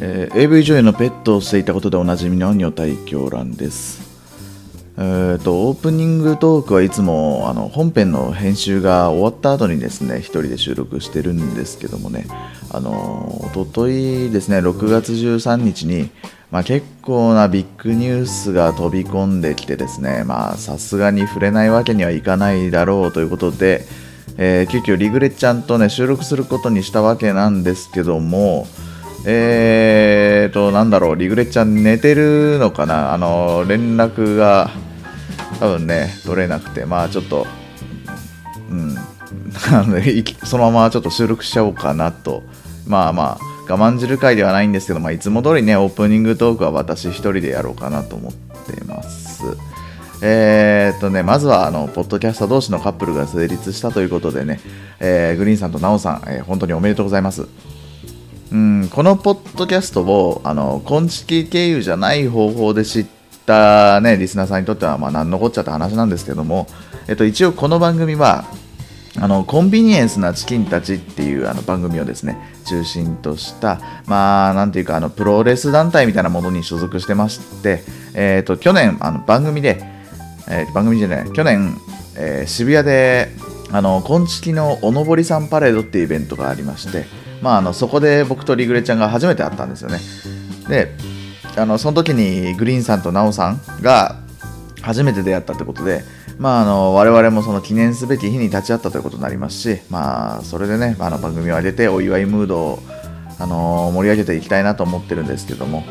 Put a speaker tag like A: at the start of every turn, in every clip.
A: えー AV 女優のペットをしていたことでおなじみの女体狂乱ですえーとオープニングトークはいつもあの本編の編集が終わった後にですね一人で収録してるんですけどもねあの一昨日ですね6月13日に、まあ、結構なビッグニュースが飛び込んできてですねまあさすがに触れないわけにはいかないだろうということで、えー急遽リグレちゃんとね収録することにしたわけなんですけどもえーと、なんだろう、リグレちゃん寝てるのかなあの、連絡が多分ね、取れなくて、まあちょっと、うん、 なので、いきそのままちょっと収録しちゃおうかなと、まあまあ、我慢汁会ではないんですけど、まあ、いつも通りね、オープニングトークは私一人でやろうかなと思ってます。えーっとね、まずはあの、ポッドキャスター同士のカップルが成立したということでね、えーグリーンさんとナオさん、えー本当におめでとうございます。うん、このポッドキャストをあの昆虫経由じゃない方法で知った、ね、リスナーさんにとっては、まあ、何のこっちゃって話なんですけども、えっと、一応この番組はあのコンビニエンスなチキンたちっていうあの番組をですね中心としたまあなんていうかあのプロレス団体みたいなものに所属してまして、えっと去年あの番組で、えー番組じゃない去年、えー渋谷であの昆虫のおのぼりさんパレードっていうイベントがありまして、まあ、あのそこで僕とリグレちゃんが初めて会ったんですよねであのその時にグリーンさんとナオさんが初めて出会ったってことで、まあ、あの我々もその記念すべき日に立ち会ったということになりますし、まあ、それでね、まあ、あの番組を上げてお祝いムードを、あの盛り上げていきたいなと思ってるんですけども、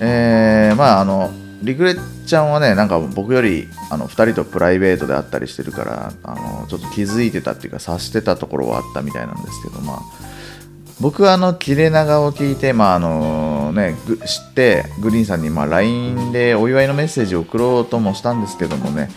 A: えーまああのリグレちゃんはねなんか僕よりあの2人とプライベートであったりしてるからあのちょっと気づいてたっていうか察してたところはあったみたいなんですけどまあ僕はあの切れ長を聞いて、まああのね、ぐ知ってグリーンさんにまあ LINE でお祝いのメッセージを送ろうともしたんですけどもね、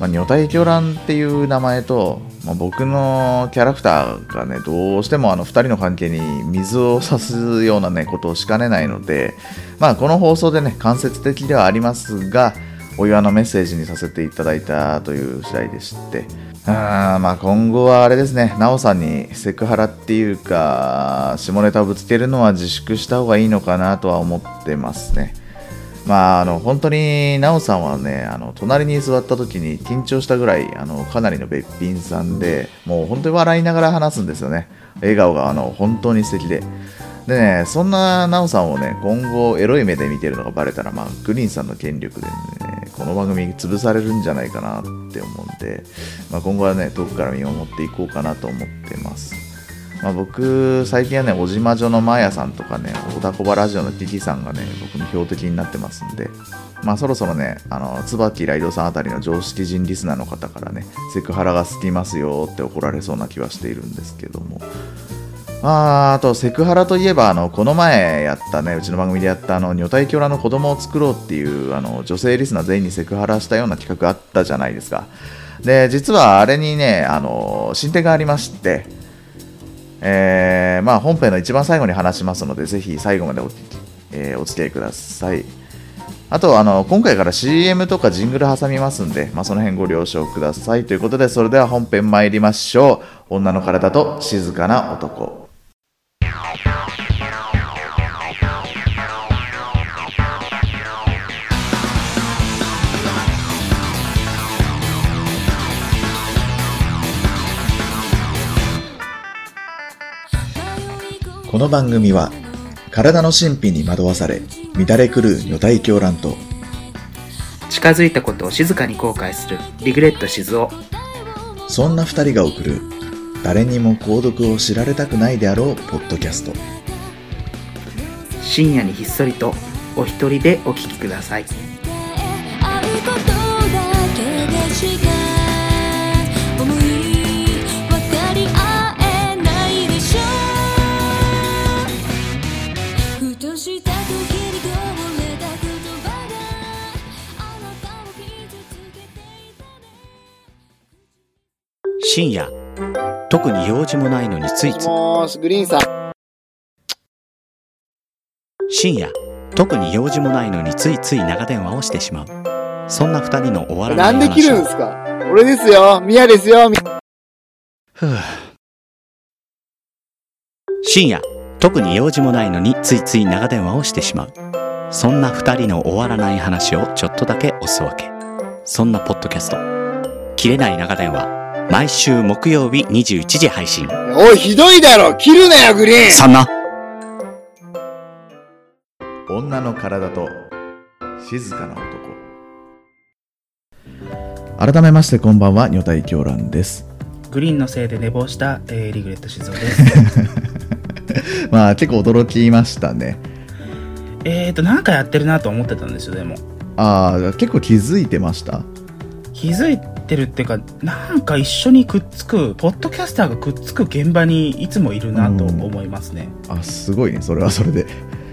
A: まあ、女体狂乱っていう名前と、まあ、僕のキャラクターがねどうしてもあの2人の関係に水を差すような、ね、ことをしかねないので、まあ、この放送でね間接的ではありますがお祝いのメッセージにさせていただいたという次第でしてあーまあ今後はあれですね奈緒さんにセクハラっていうか下ネタをぶつけるのは自粛した方がいいのかなとは思ってますね。まあ、あの本当に奈緒さんはねあの隣に座った時に緊張したぐらいあのかなりのべっぴんさんでもう本当に笑いながら話すんですよね笑顔があの本当に素敵ででねそんな奈緒さんをね今後エロい目で見てるのがバレたら、まあ、グリーンさんの権力でねこの番組潰されるんじゃないかなって思うんで、まあ、今後はね遠くから見守っていこうかなと思ってますまあ、僕最近はね小島女のマーヤさんとかね小田小葉ラジオのキキさんがね僕の標的になってますんでまあそろそろねあの椿ライドさんあたりの常識人リスナーの方からねセクハラが好きますよって怒られそうな気はしているんですけどもあーあとセクハラといえばあのこの前やったねうちの番組でやったあの女体狂乱の子供を作ろうっていうあの女性リスナー全員にセクハラしたような企画あったじゃないですかで実はあれにねあの進展がありましてえーまあ、本編の一番最後に話しますので、ぜひ最後までお,、えーお付き合いください。あとあの、今回から CM とかジングル挟みますんで、まあ、その辺ご了承ください。ということで、それでは本編参りましょう。女の体と静かな男。この番組は、体の神秘に惑わされ、乱れ狂う女体狂乱と、
B: 近づいたことを静かに後悔するリグレット静雄
A: そんな二人が送る、誰にも購読を知られたくないであろうポッドキャスト。
B: 深夜にひっそりとお一人でお聞きください
C: 「会うことだけでしか思い分かり合えないでしょ」「ふとした時にこぼれた言葉があなたを傷つけていたね」
D: 深夜特に用事もないのについつい
E: もーし、グリーンさん。
D: 深夜特に用事もないのについつい長電話をしてしまうそんな二人の終わらな
E: ないん
D: 話
E: で切るんですか俺ですよ。ミヤですよ。み
D: ふう深夜特に用事もないのについつい長電話をしてしまうそんな二人の終わらない話をちょっとだけおすわけそんなポッドキャスト「切れない長電話」毎週木曜日21時配信
E: おい、ひどいだろ切るなよ、グリーン
D: そんな
A: 女の体と静かな男改めましてこんばんは女体狂乱です
B: グリーンのせいで寝坊した、えーリグレット静雄 です。
A: まあ結構驚きましたね
B: えーと、なんかやってるなと思ってたんですよ、でも。
A: ああ結構気づいてました
B: 気づいてるっていうか、なんか一緒にくっつく、ポッドキャスターがくっつく現場にいつもいるなと思いますね。
A: あすごいねそれは それで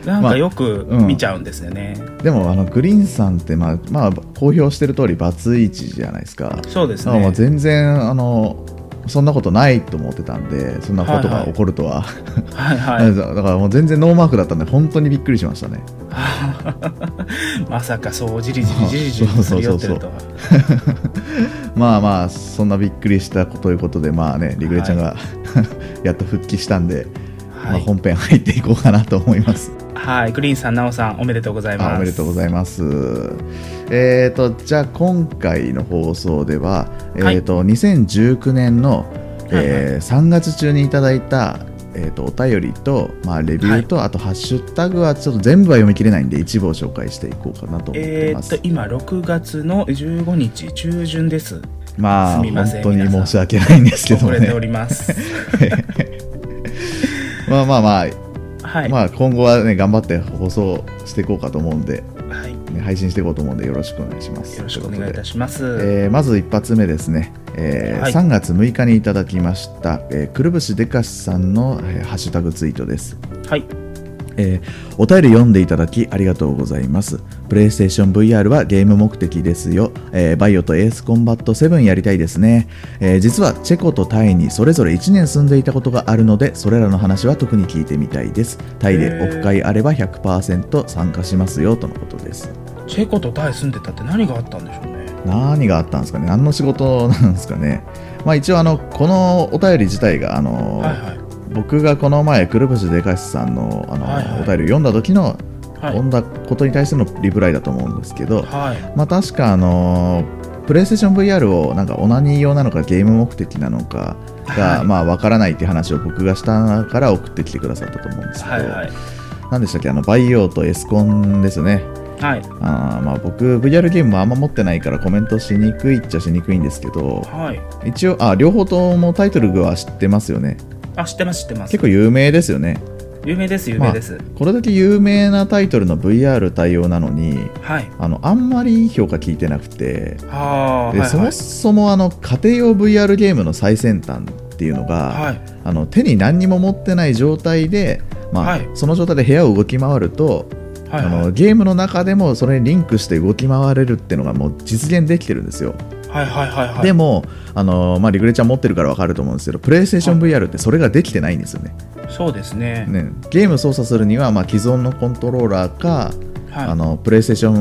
B: なん
A: まあ
B: かよく
A: うん
B: 見ちゃうんですよね。
A: でもあのグリーンさんってまあまあ公表してる通りバツイチじゃないですか
B: そうです
A: あもう
B: ね。
A: 全然あのそんなことないと思ってたんでそんなことが起こるとは、
B: はいは い。
A: だからもう全然ノーマークだったんで本当にびっくりしましたね
B: まさかそう、じりじりじりじりすり寄ってるとは。
A: まあまあそんなびっくりしたことということでまあねリグレちゃんが、 やっと復帰したんで、ま
B: は
A: あ、
B: い。
A: 本編入っていこうかなと思います
B: はい。グリーンさん、ナオさん、おめでとうございます。
A: あおめでとうございます。えっ、と、じゃあ今回の放送では、
B: はい
A: えっ、と、2019年の、
B: はい
A: えー3月中にいただいた、えー、とお便りと、まあ、レビューと、あとハッシュタグはちょっと全部は読み切れないんで一部を紹介していこうかなと思って
B: え
A: いま
B: ーっ
A: す。
B: と今6月の15日中旬です
A: まあ
B: すみま
A: 本
B: せん
A: 当に申し訳ないんですけど
B: 遅れてお
A: ね。
B: ります
A: まあまあまあ、
B: はい、
A: まあ今後はね頑張って放送していこうかと思うんで、
B: はい、よ
A: ね配信していこうと思うんでよろしくお願いします。
B: ろしくお願いいた
A: し
B: します、
A: えーまず一発目ですね、えー
B: はい
A: 3月6日にいただきました、えーくるぶしでかしさんの、えーハッシュタグツイートです、
B: はい
A: えーお便り読んでいただきありがとうございますプレイステーション VR はゲーム目的ですよ、えーバイオとエースコンバット7やりたいですね、えー実はチェコとタイにそれぞれ1年住んでいたことがあるのでそれらの話は特に聞いてみたいですタイでオフ会あれば100%参加しますよとのことです
B: チェコとタイ住んでたって何があったんでしょうね
A: 何があったんですかね何の仕事なんですかねまあ一応あのこのお便り自体があの、
B: はいはい
A: 僕がこの前くるぶしでかしさんのあの、
B: はいはい
A: お便りを読んだ時の、
B: はい
A: 読んだことに対してのリプライだと思うんですけど、
B: はい
A: まあ確かあのプレイステーション VR をなんかオナニー用なのかゲーム目的なのかが、
B: はい
A: まあわからないっていう話を僕がしたから送ってきてくださったと思うんですけど、
B: はいはい
A: 何でしたっけあのバイオとエスコンですよね
B: はい
A: あーまあ僕 VR ゲームはあんま持ってないからコメントしにくいっちゃしにくいんですけど
B: はい
A: 一応あ両方ともタイトルは知ってますよね
B: あ知ってます知ってます
A: 結構有名ですよね
B: 有名です有名です、
A: これだけ有名なタイトルの VR 対応なのに
B: はい
A: あのあんまり評価聞いてなくて
B: ああはい
A: でそ
B: は
A: も
B: い
A: そもあの家庭用 VR ゲームの最先端っていうのが、
B: はい
A: あの手に何にも持ってない状態で、まあ
B: はい
A: その状態で部屋を動き回ると
B: はい
A: あ
B: はい
A: のゲームの中でもそれにリンクして動き回れるっていうのがもう実現できてるんですよ、
B: はいはいはいはい
A: でもあの、まあ、リグレちゃん持ってるから分かると思うんですけどプレイステーション VR ってそれができてないんですよね
B: そうですね
A: ねゲーム操作するには、まあ、既存のコントローラーか、
B: はい
A: あのプレイステーション、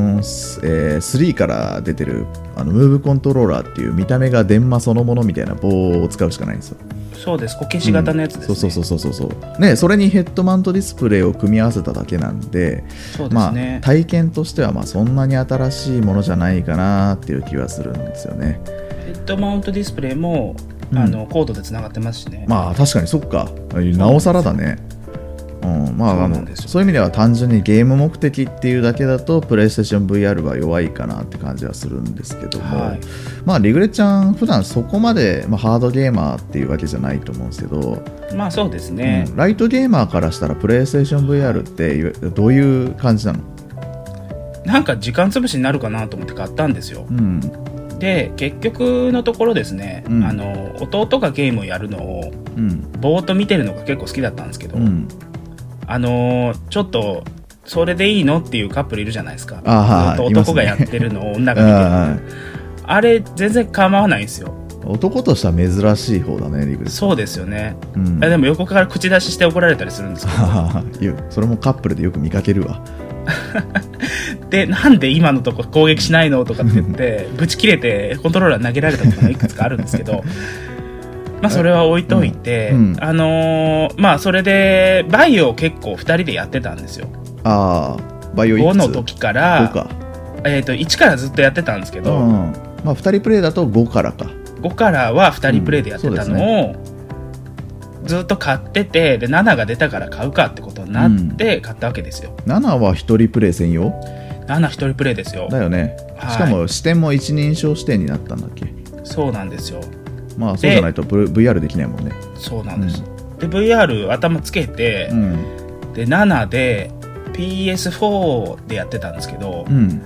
A: えー3から出てるあのムーブコントローラーっていう見た目が電マそのものみたいな棒を使うしかないんですよ
B: そうですこけし型のやつですね、
A: そうそうそうそうそうねそれにヘッドマウントディスプレイを組み合わせただけなんで
B: そうで
A: ますあ
B: ね、
A: 体験としてはまあそんなに新しいものじゃないかなっていう気はするんですよね
B: ヘッドマウントディスプレイも、
A: うん
B: あのコードでつながってますしね、
A: まあ確かにそっかなおさらだねうんまあ
B: そ
A: あ
B: うなん
A: の
B: ですよ
A: そういう意味では単純にゲーム目的っていうだけだとプレイステーション VR は弱いかなって感じはするんですけども、
B: はい
A: まあリグレちゃん普段そこまで、まあ、ハードゲーマーっていうわけじゃないと思うんですけど、
B: まあそうですね、
A: うんライトゲーマーからしたらプレイステーション VR っていわどういう感じなの、
B: なんか時間潰しになるかなと思って買ったんですよ
A: うん、
B: で結局のところですね、
A: うん
B: あの弟がゲームをやるのを
A: うん
B: ぼーっと見てるのが結構好きだったんですけど、
A: うん
B: あのーちょっとそれでいいのっていうカップルいるじゃないですか
A: あはい
B: ずっ
A: い
B: と
A: ます
B: 男
A: ね
B: がやってるのを女
A: う
B: が見て
A: ん
B: るあれ全然構わないんですよ
A: 男としては珍しい方だねリグレちゃん
B: そうですよね、
A: うん
B: あ でも横から口出しして怒られたりするんですけ
A: それもカップルでよく見かけるわ
B: どでなんで今のとこ攻撃 しないのとかって言ってぶち切れてコントローラー投げられたこともいくつかあるんですけどまあそれは置いといて、
A: うんうん
B: あのーまあそれでバイオを結構2人でやってたんですよ
A: ああバイオイ
B: 5
A: ッ
B: の
A: ツ
B: 時か
A: 5
B: ら、
A: か
B: えー、と1からずっとやってたんですけ
A: う
B: ど、
A: んまあ2人プレイだと5からか
B: 5からは2人プレイでやってたのを、ずっと買っててで7が出たから買うかってことになって買ったわけですよ、
A: 7は1人プレイ専用
B: 7一人プレイですよ
A: だよね
B: はい
A: しかも視点も一人称視点になったんだっけ
B: そうなんですよ
A: まあそうじゃないとプ VR できないもんね
B: そうなんです、で VR 頭つけて
A: う、ん
B: で7で PS4 でやってたんですけど、
A: うん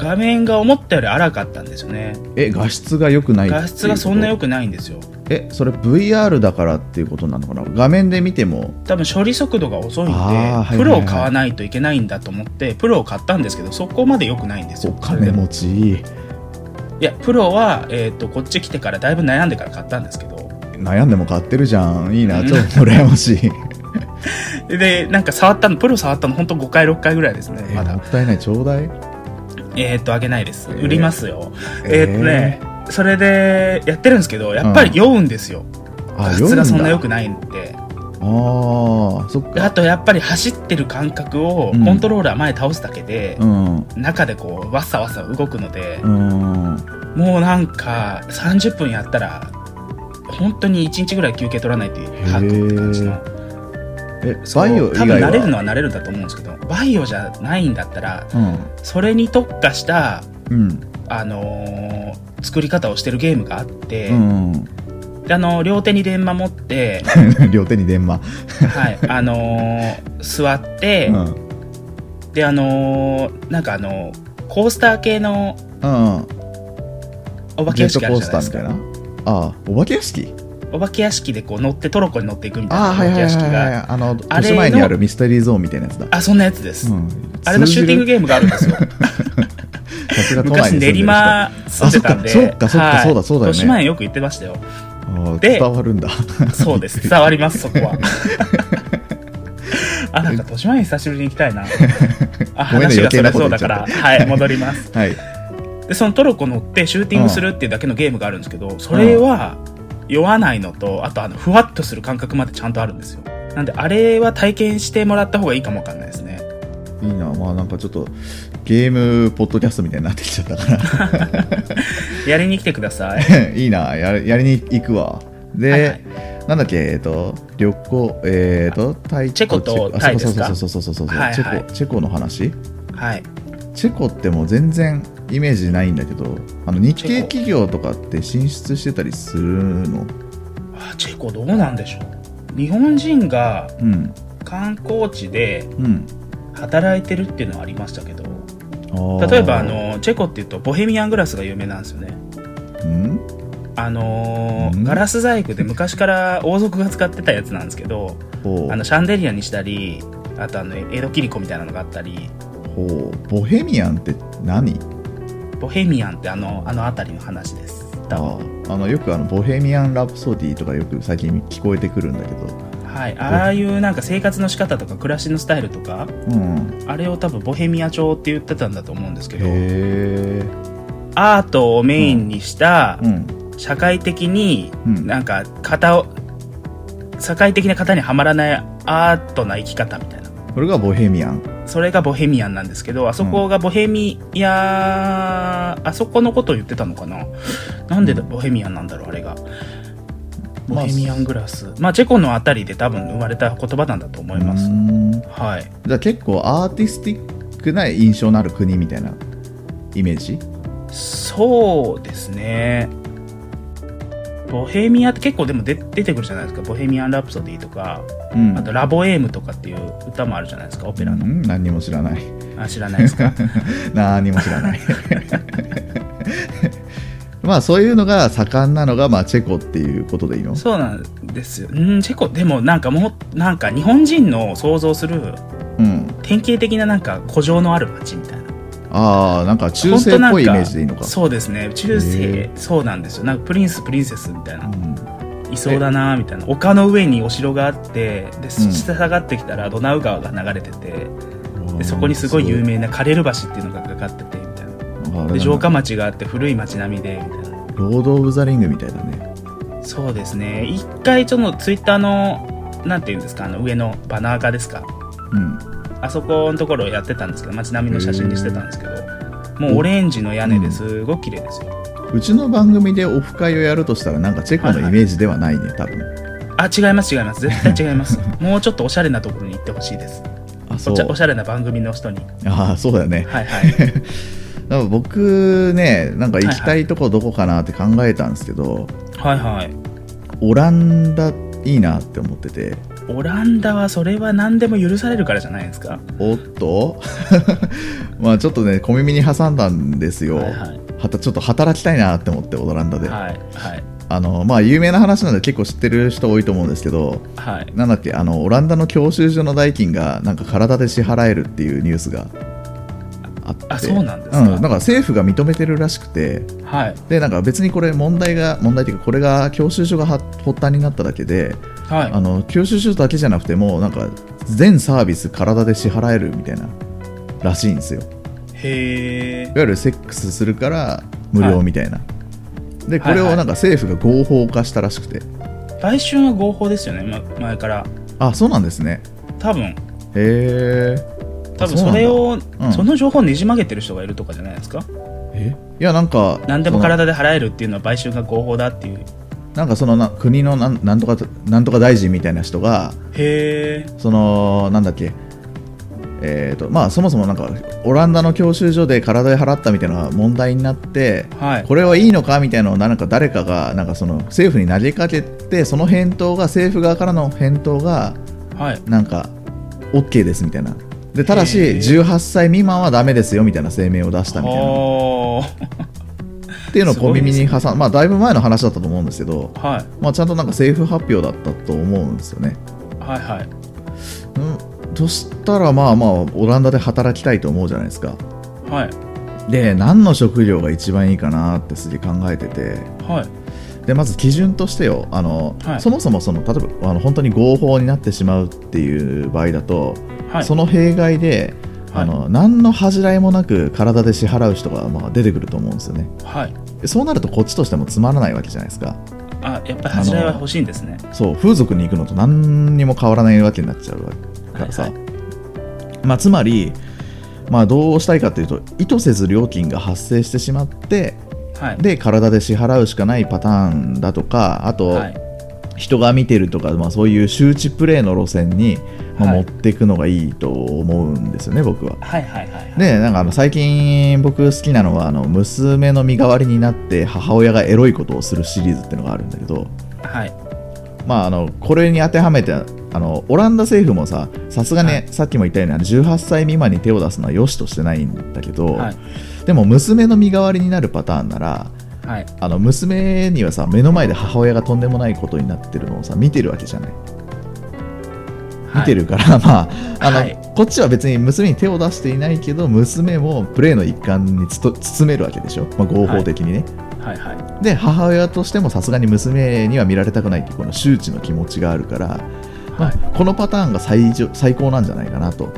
B: 画面が思ったより荒かったんですよね
A: え画質が良くないっていうこ
B: 画
A: と
B: 質がそんな良くないんですよ
A: えそれ VR だからっていうことなのかな画面で見ても
B: 多分処理速度が遅いんで、
A: あーはいはいはい
B: プロを買わないといけないんだと思ってプロを買ったんですけどそこまで良くないんです
A: お
B: よ
A: 金持ちいい
B: いやプロは、えー、とこっち来てからだいぶ悩んでから買ったんですけど
A: 悩んでも買ってるじゃんいいなちょっと羨ましい
B: でなんか触ったのプロ触ったの本当5回6回ぐらいですね
A: え
B: ま
A: も
B: だ
A: ったいないちょうだい
B: えー、っとあげないです、
A: えー
B: 売りますよ
A: え
B: え
A: ー
B: ーっとねそれでやってるんですけどやっぱり酔うんですよ、
A: あ
B: 画質がそんな良
A: よく
B: くないんで
A: ああそっ
B: であ
A: か
B: とやっぱり走ってる感覚を
A: うん
B: コントローラー前倒すだけで、
A: うん
B: 中でこうわっさわっさ動くので
A: う、ん
B: もうなんか30分やったら本当に1日ぐらい休憩取らないと吐くって感じの
A: え
B: そう
A: バイオ以
B: 多分
A: 外は
B: 慣れるのは慣れるんだと思うんですけどバイオじゃないんだったらそれに特化した、
A: うん
B: あのー作り方をしてるゲームがあって、
A: うん、うん
B: であの両手に電話持 って、
A: 両手に電話、
B: はいあのー座って、
A: うん
B: であのーなんかあのーコースター系の
A: うん、
B: お化け
A: ジェ
B: 屋
A: ット
B: 敷
A: コー
B: あるじゃ
A: ス
B: ない
A: ターみたい
B: ですか
A: なああお化け屋敷
B: お化け屋敷でこう乗ってトロッコに乗っていくみたい
A: あ
B: な
A: あ
B: お
A: はい
B: 化
A: はい
B: け屋
A: は
B: 敷
A: いはい
B: が
A: あの
B: あ
A: 豊
B: れの
A: 島園にあるミステリーゾーンみたいなやつだ
B: あそんなやつです、
A: うん
B: あれのシューティングゲームがあるんですよ
A: さすが 都内
B: 昔
A: に住んでる
B: 練
A: 人
B: 馬住んでたんで
A: あそっかそっか
B: はい
A: そうだそうだよね
B: 豊島園よく行ってましたよ
A: ああ
B: で
A: 伝わるんだ
B: そうです伝わりますそこはあなんか豊島園久しぶりに行 きたいなあ
A: ごめんね
B: 話
A: 余
B: が
A: 計
B: そ
A: な
B: れ
A: こ
B: そ
A: と言
B: うだ
A: っちゃ
B: か
A: っ
B: ら
A: て
B: はい戻ります
A: はい
B: でそのトロコ乗ってシューティングするっていうだけのゲームがあるんですけどそれは酔わないのとあとあのふわっとする感覚までちゃんとあるんですよなんであれは体験してもらった方がいいかもわかんないですね
A: いいなまあなんかちょっとゲームポッドキャストみたいになってきちゃったか
B: やりに来てください
A: らいいなややりに行くわで、
B: はいはい
A: なんだっけえっ、と旅行えっ、とタイ
B: チェコと
A: あ
B: タイですか
A: そうそうそうそうそうそう、
B: はいはい
A: チェコチェコの話
B: はい
A: チェコってもう全然イメージないんだけどあの日
B: チェ
A: 系
B: コ
A: 企業とかって進出してたりするの
B: あチェコどうなんでしょう日本人が
A: うん
B: 観光地で
A: うん
B: 働いてるっていうのはありましたけど
A: あー
B: 例えばあのチェコっていうとボヘミアングラスが有名なんですよね
A: うん
B: あのー
A: うん
B: ガラス細工で昔から王族が使ってたやつなんですけど
A: ほ
B: あの
A: う
B: シャンデリアにしたりあとあの江戸切子みたいなのがあったり
A: ほうボヘミアンって何
B: ボヘミアンってあのあの辺りの話です多分
A: あーあのよくあのボヘミアン・ラプソディとかよく最近聞こえてくるんだけど
B: はいああいうなんか生活の仕方とか暮らしのスタイルとか
A: うん
B: あれを多分ボヘミア調って言ってたんだと思うんですけ
A: へ
B: ど
A: え
B: アートをメインにした
A: うん
B: 社会的に
A: うん
B: なんか型を社会的な型にはまらないアートな生き方みたいな
A: これがボヘミアン
B: それがボヘミアンなんですけどあそこがボヘミア、あそこのことを言ってたのかななんでだボヘミアンなんだろうあれがボヘミアングラスまあチェコのあたりで多分生まれた言葉なんだと思います
A: うーん
B: はい
A: じゃあ結構アーティスティックな印象のある国みたいなイメージ
B: そうですねボヘミアって結構でも出出てくるじゃないですかボヘミアン・ラプソディとか
A: うん
B: あと「ラボエーム」とかっていう歌もあるじゃないですかオペラ
A: う
B: の
A: ん何にも知らない
B: あ知らないですか
A: 何も知らない まあそういうのが盛んなのがまあチェコっていうことでいいの
B: そうなんですようんチェコでもなんかもうなんか日本人の想像する
A: うん
B: 典型的ななんか古城のある町みたいな
A: ああなんか中世っぽいイメージでいいのか
B: そうですね中
A: へ
B: 世そうなんですよなんかプリンスプリンセスみたいな
A: うん
B: いそうだなみたいな丘の上にお城があってで下下がってきたらドナウ川が流れてて、でそこにすごい有名なカレル橋っていうのがかかっててみたいな
A: あーなんか
B: で城下町があって古い町並みでみたいな
A: ロード・オブ・ザ・リングみたいだね
B: そうですね。一回、ちょっとツイッターの、なんていうんですか、あの、上のバナー化ですか。
A: うん。
B: あそこのところをやってたんですけど、街並みの写真にしてたんですけど、もうオレンジの屋根ですごく綺麗ですよ。
A: うちの番組でオフ会をやるとしたら、なんかチェコのイメージではないね、多分。
B: あ、違います、違 います。絶対違います。もうちょっとおしゃれなところに行ってほしいです。
A: あ、そ
B: お
A: う
B: ちゃ。おしゃれな番組の人に。
A: ああ、そうだよね。
B: はい はい。
A: なんか僕ね、なんか行きたいとこどこかなって考えたんですけど、
B: はいはい。
A: オランダいいなって思ってて、
B: オランダはそれは何でも許されるからじゃないですか。
A: おっと まあちょっとね、小耳に挟んだんですよ。
B: はいはい
A: はたちょっと働きたいなって思って、オランダで。
B: はいはい
A: あの、まあ有名な話なんで結構知ってる人多いと思うんですけど、
B: はい。
A: なんだっけあのオランダの教習所の代金がなんか体で支払えるっていうニュースがあって
B: あそうなんですか
A: うん、なんか政府が認めてるらしくて
B: はい
A: でなんか別にこれ問題が問題っていうかこれが教習所が発発端になっただけで
B: はい。
A: あの教習所だけじゃなくてもうなんか全サービス体で支払えるみたいならしいんですよい
B: へえ。
A: わゆるセックスするから無料みたいな、でこれ
B: はいは
A: を
B: い
A: なんか政府が合法化したらしくて、
B: 売春は合法ですよね、ま、前から。
A: あそうなんですね
B: 多分
A: へえ
B: 多分それをそ,、
A: うん
B: の情報をねじ曲げてる人がいるとかじゃないですか
A: えいやなんか
B: 何で
A: そ
B: も
A: の
B: 体で払えるっていうのは買収が合法だっていう
A: なんかそのな国のなんなんとかなんとか大臣みたいな人が
B: へえ
A: そのなんだっけえーとまあ、そもそもなんかオランダの教習所で体で払ったみたいなのが問題になって、
B: はい
A: これはいいのかみたいなのをなんか誰かがなんかその政府に投げかけてその返答が政府側からの返答が
B: はい
A: なんか OK ですみたいなでただし
B: へー
A: 18歳未満はダメですよみたいな声明を出したみたいな
B: おー
A: っていうのを小耳に挟んまあ、だいぶ前の話だったと思うんですけど、
B: はい
A: まあ、ちゃんとなんか政府発表だったと思うんですよね。
B: はいはい
A: うん、そしたらまあまあオランダで働きたいと思うじゃないですか。
B: はい
A: で何の職業が一番いいかなってすげえ考えてて
B: はい
A: でまず基準としてよあの、
B: はい
A: そもそもその例えばあの本当に合法になってしまうっていう場合だと、
B: はい
A: その弊害で、
B: はい
A: あの何の恥じらいもなく体で支払う人がまあ出てくると思うんですよね
B: はい
A: そうなるとこっちとしてもつまらないわけじゃないですか
B: あやっぱり恥じらいは欲しいんですね
A: そう風俗に行くのと何にも変わらないわけになっちゃうからさ、
B: はい
A: まあ、つまり、まあ、どうしたいかというと意図せず料金が発生してしまって
B: はい
A: で体で支払うしかないパターンだとかあと、
B: はい
A: 人が見てるとか、まあ、そういう周知プレイの路線に、まあ
B: は
A: 持
B: い
A: っていくのがいいと思うんですよね僕は。
B: はいはいはいはい
A: でなんかあの最近僕好きなのはあの娘の身代わりになって母親がエロいことをするシリーズっていうのがあるんだけど、
B: はい
A: まあ、あのこれに当てはめてあのオランダ政府もささすがに、
B: はい
A: さっきも言ったようにあの18歳未満に手を出すのは良しとしてないんだけど、
B: はい
A: でも娘の身代わりになるパターンなら
B: はい
A: あの娘にはさ目の前で母親がとんでもないことになってるのをさ見てるわけじゃない見てるから、 まああの、
B: はい
A: こっちは別に娘に手を出していないけど娘もプレーの一環につと包めるわけでしょ、まあ、合法的にね、
B: はいはいは
A: で母親としてもさすがに娘には見られたくないっていうこの周知の気持ちがあるから、まあ、このパターンが最上最高なんじゃないかなと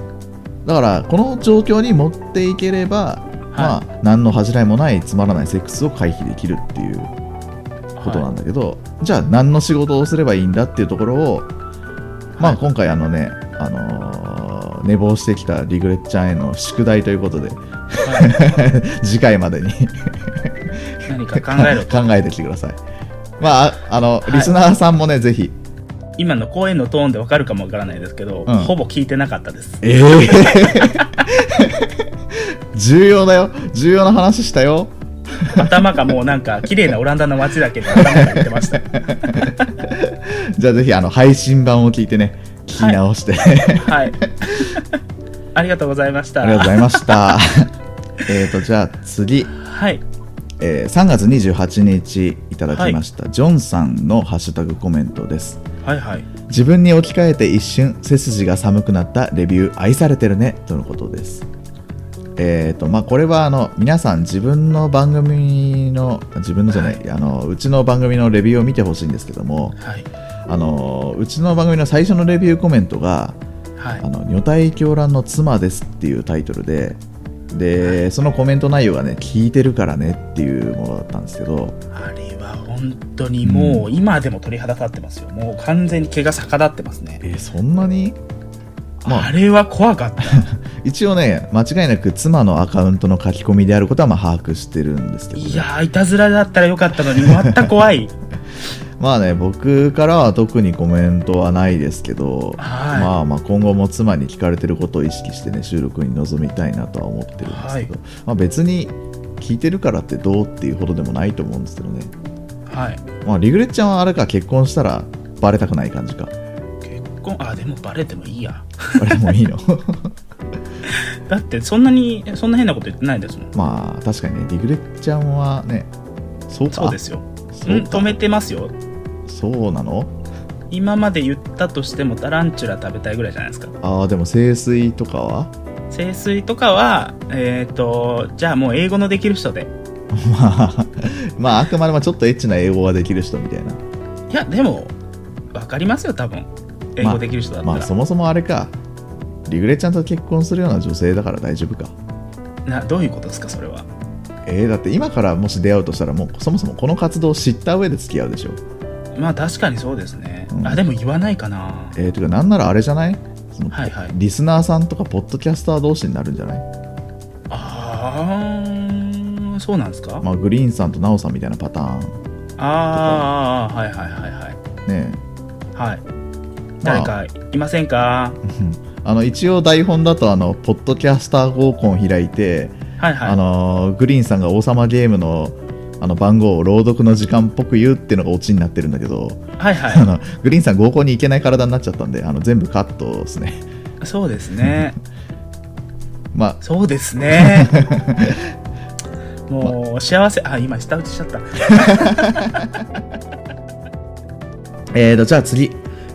A: だからこの状況に持っていければ、まあ、何の恥じらいもないつまらないセックスを回避できるっていうことなんだけど、じゃあ何の仕事をすればいいんだっていうところを、まあ、今回あのね、あのー寝坊してきたリグレッちゃんへの宿題ということで 次回までに
B: い何か考 えろと
A: 考えてきてください。まあ、ああの、リスナーさんもね、ぜひ。
B: 今の声のトーンでわかるかもわからないですけど、
A: うん
B: ほぼ聞いてなかったです
A: ええ 重要だよ。重要な話したよ。
B: 頭がもうなんか綺麗なオランダの街だけど頭が言ってました
A: じゃあぜひ、あの、配信版を聞いてね、聞き直して、
B: はい ありがとうございました
A: ありがとうございました。 えっと、じゃあ次、
B: はい
A: えー3月28日いただきました、ジョンさんのハッシュタグコメントです。
B: はいはい
A: 自分に置き換えて一瞬背筋が寒くなったレビュー愛されてるねとのことですえっ、とまあこれはあの皆さん自分の番組の自分のじゃない、あのうちの番組のレビューを見てほしいんですけども
B: はい
A: あのうちの番組の最初のレビューコメントが
B: は
A: 「あ
B: い
A: の女体狂乱の妻です」っていうタイトルででそのコメント内容がね「聞いてるからね」っていうものだったんですけど
B: あれは本本当にもう、今でも鳥肌立ってますよ。もう完全に毛が逆立ってますね。
A: えそんなにまあ
B: あれは怖かった。
A: 一応ね間違いなく妻のアカウントの書き込みであることはまあ把握してるんですけどね、
B: いやー、いたずらだったらよかったのに、また 怖い。
A: まあね僕からは特にコメントはないですけど、
B: はい
A: まあまあ今後も妻に聞かれてることを意識してね収録に臨みたいなとは思ってるんですけど、まあ、別に聞いてるからってどうっていうほどでもないと思うんですけどね、
B: はい。
A: まあ、リグレッちゃんはあれか結婚したらバレたくない感じ か
B: 結婚、あ、でもバレてもいいや。
A: バレてもいいの
B: だって、そんなに、そんな変なこと言ってないですもん。
A: まあ確かにねリグレッちゃんはねそうか
B: そうですよ。
A: そ
B: うん、
A: う
B: 止めてますよ。
A: そうなの
B: 今まで言ったとしてもタランチュラ食べたいぐらいじゃないですか。
A: ああでも清水とかは
B: 清水とかは、えっ、と、じゃあもう英語のできる人で。
A: まあまああくまでもちょっとエッチな英語ができる人みたいない
B: や、でも、わかりますよ、多分。英語できる人だったら。
A: まあそもそもあれかリグレちゃんと結婚するような女性だから大丈夫か
B: などういうことですか、それは。
A: えー、だって今からもし出会うとしたらもうそもそもこの活動を知った上で付き合うでしょ
B: まあ確かにそうですね。
A: うん
B: あ、でも言わないかな。
A: えー、というかなんならあれじゃないその
B: はいはい。
A: リスナーさんとかポッドキャスター同士になるんじゃない
B: あー、そうなんですか、
A: まあグリーンさんとナオさんみたいなパターン
B: あー、はいはいはいはい。
A: ね
B: はい。誰かいませんか、
A: えあの一応台本だとあのポッドキャスター合コン開いて、
B: はいはい。
A: あのグリーンさんが王様ゲームのあの番号を朗読の時間っぽく言うっていうのがオチになってるんだけど
B: はい
A: あ
B: は
A: のグリーンさん合コンに行けない体になっちゃったんであの全部カットですね
B: い。そうですね。
A: ま
B: そうです ね。もう、幸せ、あ、今、下打ちしちゃった。
A: あえーとじゃあ次、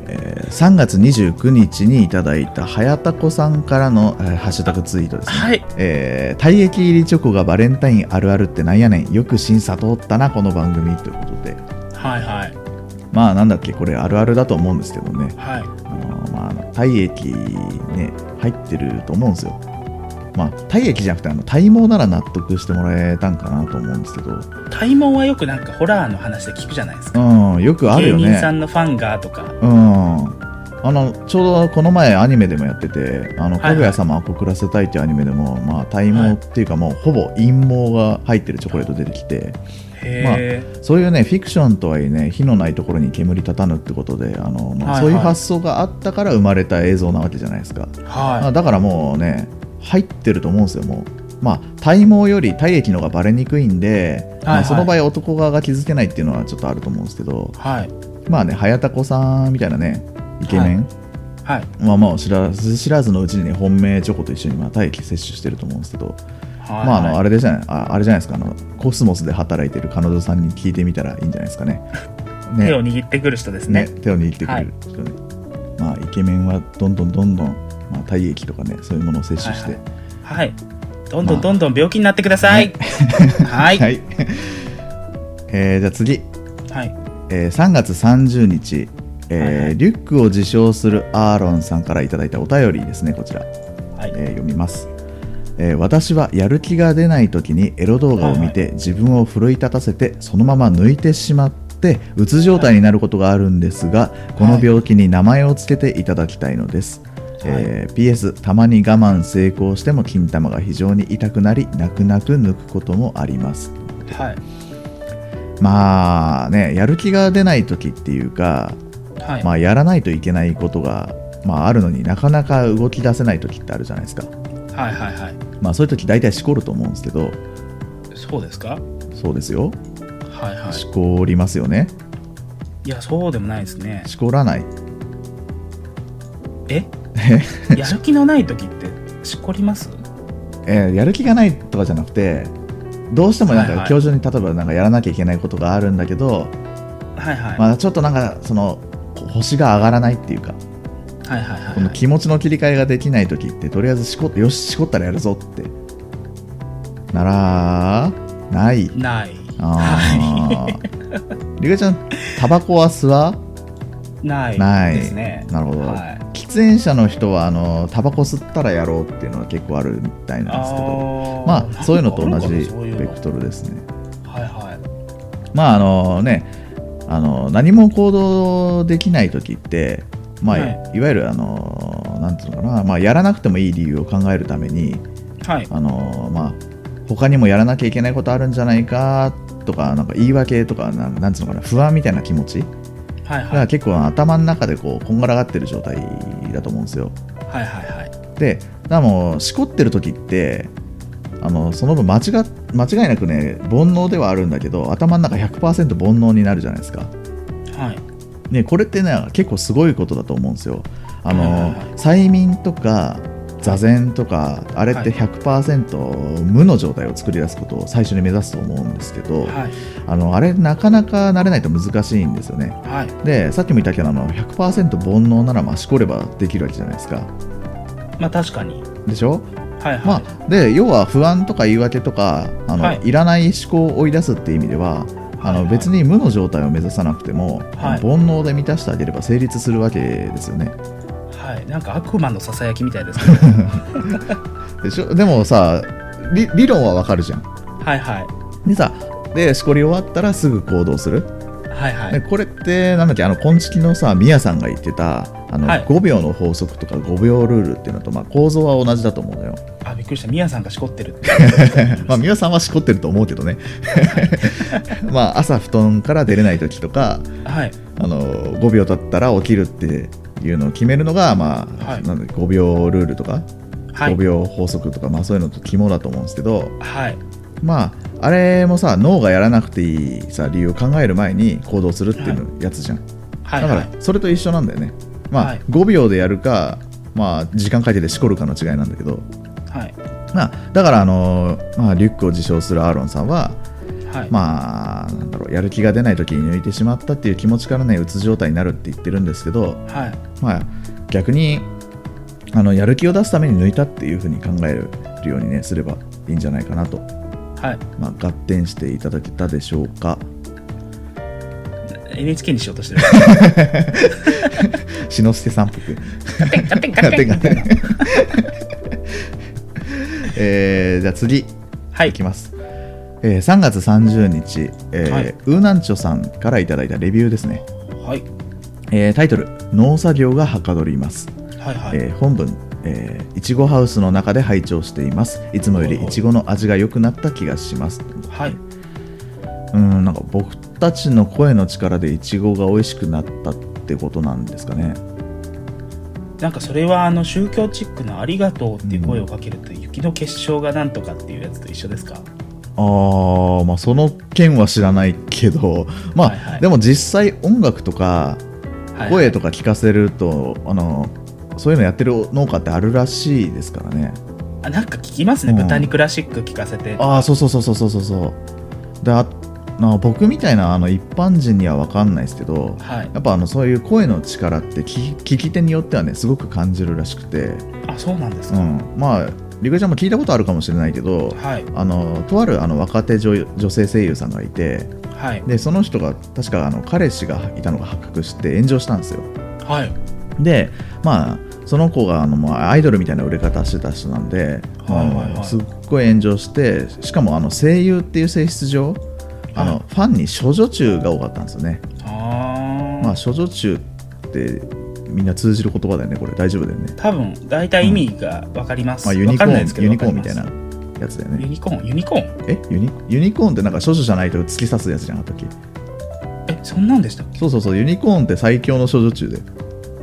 A: えー3月29日にいただいたはやたこさんからの、えーハッシュタグツイートですね
B: はい。
A: えー、体液入りチョコがバレンタインあるあるってなんやねんよく審査通ったなこの番組ということで
B: はいはい。
A: まあなんだっけこれあるあるだと思うんですけどね
B: はい。
A: あのーまああの体液ね入ってると思うんですよまあ体液じゃなくてあの体毛なら納得してもらえたんかなと思うんですけど
B: 体毛はよくなんかホラーの話で聞くじゃないですか。
A: うんよくあるよ
B: 芸人さ
A: ね
B: んのファンがとか。
A: うんあのちょうどこの前アニメでもやってて「あの
B: はいはい
A: かぐや様を告らせたい」っていうアニメでも、まあ、体毛っていうかもうほぼ陰毛が入ってるチョコレート出てきて、
B: へ
A: そういうねフィクションとはいえね火のないところに煙立たぬってことであの、まあ
B: はいはい
A: そういう発想があったから生まれた映像なわけじゃないですか、
B: え。
A: まあ
B: は
A: だからもうね入ってると思うんですよもうまあ体毛より体液の方がバレにくいんで、ま
B: はいは
A: あ、
B: い
A: その場合男側が気づけないっていうのはちょっとあると思うんですけど
B: い。はい。
A: まあね早田子さんみたいなねイケメン、
B: はい。
A: まあまあ知らず知らずのうちにね本命チョコと一緒にまあ体液摂取してると思うんですけど、
B: はい。
A: まああのあ
B: れ。
A: れでじゃないああれじゃないですかあのコスモスで働いてる彼女さんに聞いてみたらいいんじゃないですか ねね
B: 手を握ってくる人ですね。
A: ね手を握ってくれる人ね、まあイケメンはどんどんどんどん、まあ、体液とかねそういうものを摂取して
B: ははい。どんどんどんどん病気になってください。はい。はい。
A: い、 えーじゃあ次、
B: はい。
A: えー3月30日、えー
B: はいはい
A: リュックを自称するアーロンさんからいただいたお便りですねこちら
B: はい。
A: えー読みます、えー私はやる気が出ない時にエロ動画を見て自分を奮い立たせてそのまま抜いてしまってうつ状態になることがあるんですが、この病気に名前をつけていただきたいのです、えー PS たまに我慢成功しても金玉が非常に痛くなり泣く泣く抜くこともあります
B: はい。
A: まあねやる気が出ない時っていうか、
B: はい。
A: まあ、やらないといけないことが、まあ、あるのになかなか動き出せない時ってあるじゃないですか
B: はい。はい。はい。
A: まあそういう時大体しこると思うんですけど
B: そうですかは
A: そうですよ
B: い。は
A: しこりますよね
B: い。いや、そうでもないですね。
A: しこらない
B: えやる気のない時ってしこります
A: えーやる気がないとかじゃなくてどうしてもなん
B: はいは
A: か
B: い
A: 今日中に例えばなんかやらなきゃいけないことがあるんだけど、
B: はいはい。
A: まあ、ちょっとなんかそのこう星が上がらないっていうか
B: はいはいはい
A: この
B: はい。
A: 気持ちの切り替えができない時ってとりあえずしこってよししこったらやるぞってならない
B: ない。
A: あーりかちゃんタバコは吸わ
B: ない。
A: ない
B: ですね。
A: なるほど
B: はい。
A: 喫煙者の人はあのタバコ吸ったらやろうっていうのは結構あるみたいなんですけど
B: あー
A: まあそういうのと同
B: なんかある
A: じ
B: かなそういう
A: ベ
B: の
A: クトルですね
B: はいはい。
A: まああのねあの何も行動できない時って、まあ、
B: はい
A: わゆるあのなんていうのかな、まあ、やらなくてもいい理由を考えるために
B: はい。
A: あの、まあ、他にもやらなきゃいけないことあるんじゃないかとかなんか言い訳とかなんなんていうのかな不安みたいな気持ち
B: はいはい。
A: が結構頭の中でこうこんがらがってる状態だと思うんですよ。
B: はいはいはい。
A: でだからもうしこってる時ってあのその分間違っ間違いなくね煩悩ではあるんだけど頭の中100%煩悩になるじゃないですか、
B: はい。
A: ね、これってね結構すごいことだと思うんですよあの、
B: はいはいはい
A: 催眠とか座禅とかあれっ
B: はい
A: て100%無の状態を作り出すことを最初に目指すと思うんですけど、
B: はい。
A: あのあれなかなか慣れないと難しいんですよね
B: はい。
A: でさっきも言ったけどあの100%煩悩ならまあしこればできるわけじゃないですか
B: まあ確かに。
A: でしょ
B: はいは
A: ま
B: い。
A: あ、で要は不安とか言い訳とかあの、
B: はいい、
A: らない思考を追い出すっていう意味ではあ
B: はい
A: の
B: はい
A: 別に無の状態を目指さなくても、
B: は
A: あ
B: い
A: の煩悩で満たしてあげれば成立するわけですよね
B: はい。なんか悪魔のささやきみた いですけど。
A: でしょでもさ理理論はわかるじゃん
B: はいはい。
A: でさでしこり終わったらすぐ行動する、
B: はいは
A: で
B: い。
A: これってなんだっけあの昆虫のさミヤさんが言ってたあの、
B: はい
A: 5秒の法則とか5秒ルールっていうのと、まあ、構造は同じだと思うのよ
B: あ、びっくりした。ミヤさんがしこって るって。
A: まあ、皆さんはしこってると思うけどね まあ朝布団から出れない時とか
B: はい。
A: あの5秒経ったら起きるっていうのを決めるのが、まあ
B: はい
A: なんだ5秒ルールとか
B: は
A: 5
B: い。
A: 秒法則とか、まあ、そういうのと肝だと思うんですけど
B: はい。
A: まああれもさ脳がやらなくていいさ理由を考える前に行動するっていうのやつじゃん、
B: はい
A: だ
B: は
A: からそれと一緒なんだよねまあ、
B: はい
A: 5秒でやるかまあ時間かけてしこるかの違いなんだけど
B: い。はい。
A: まあ、だからあの、まあ、リュックを自称するアーロンさんは、
B: はい。
A: まあ、なんだろうやる気が出ない時に抜いてしまったっていう気持ちからねうつ状態になるって言ってるんですけど、
B: はい。
A: まあ、逆にあのやる気を出すために抜いたっていうふうに考えるように、ね、すればいいんじゃないかなと、
B: はい。
A: まあ、合点していただけたでしょうか
B: NHK にしようとしてる。
A: 志の輔さんっぽく。
B: ガテンガテンガテンガテン。
A: えーじゃあ次
B: はい
A: いき。ます、えー3月30日、えー
B: はいう
A: ーなんちょさんからいただいたレビューですね
B: はい。
A: えータイトル「農作業がはかどります」
B: はいはい。
A: えー本文えーいちごハウスの中で拝聴していますいつもよりいちごの味が良くなった気がします
B: はい。
A: うんなんか僕たちの声の力でいちごが美味しくなったってことなんですかね
B: なんかそれはあの宗教チックの「ありがとう」っていう声をかけると雪の結晶がなんとかっていうやつと一緒ですか
A: あーまあその件は知らないけ どまあ、
B: はいはい
A: でも実際音楽とか
B: はい
A: 声とか聞かせると、あのそういうのやってる農家ってあるらしいですからね
B: あなんか聞きますね、
A: うん
B: 豚にクラシック聞かせて
A: ああそうそうそうそうそうそうそうであな僕みたいなあの一般人には分かんないですけど
B: はい
A: やっぱあのそういう声の力って聞き聞き手によってはねすごく感じるらしくて、
B: あそうなんです
A: う
B: か、
A: ん、まありくちゃんも聞いたことあるかもしれないけど
B: はい
A: あのとあるあの若手女優女性声優さんがいて
B: はい
A: でその人が確かあの彼氏がいたのが発覚して炎上したんですよ
B: はい
A: でまあその子があのもうアイドルみたいな売れ方してた人なんで、
B: はいはいはい
A: もうすっごい炎上してしかもあの声優っていう性質上あの、
B: はい
A: ファンに処女中が多かったんですよね、
B: あ、
A: ま
B: ま
A: あ処女中ってみんな通じる言葉だよねこれ大丈夫だよね、
B: 多分大体意味が分かります、
A: まあ、
B: わ
A: ユニコ
B: かんないです
A: ー
B: け
A: ン
B: ど
A: ユニコーンみたい
B: わ
A: な
B: か
A: やつだよ
B: りますユ
A: ね
B: ニコーンユニコーン
A: えユニユニコーンってなんか処女じゃないと突き刺すやつじゃなかったっ
B: えそんなんでしたっ
A: け
B: け
A: そうそうそうユニコーンって最強の処女中で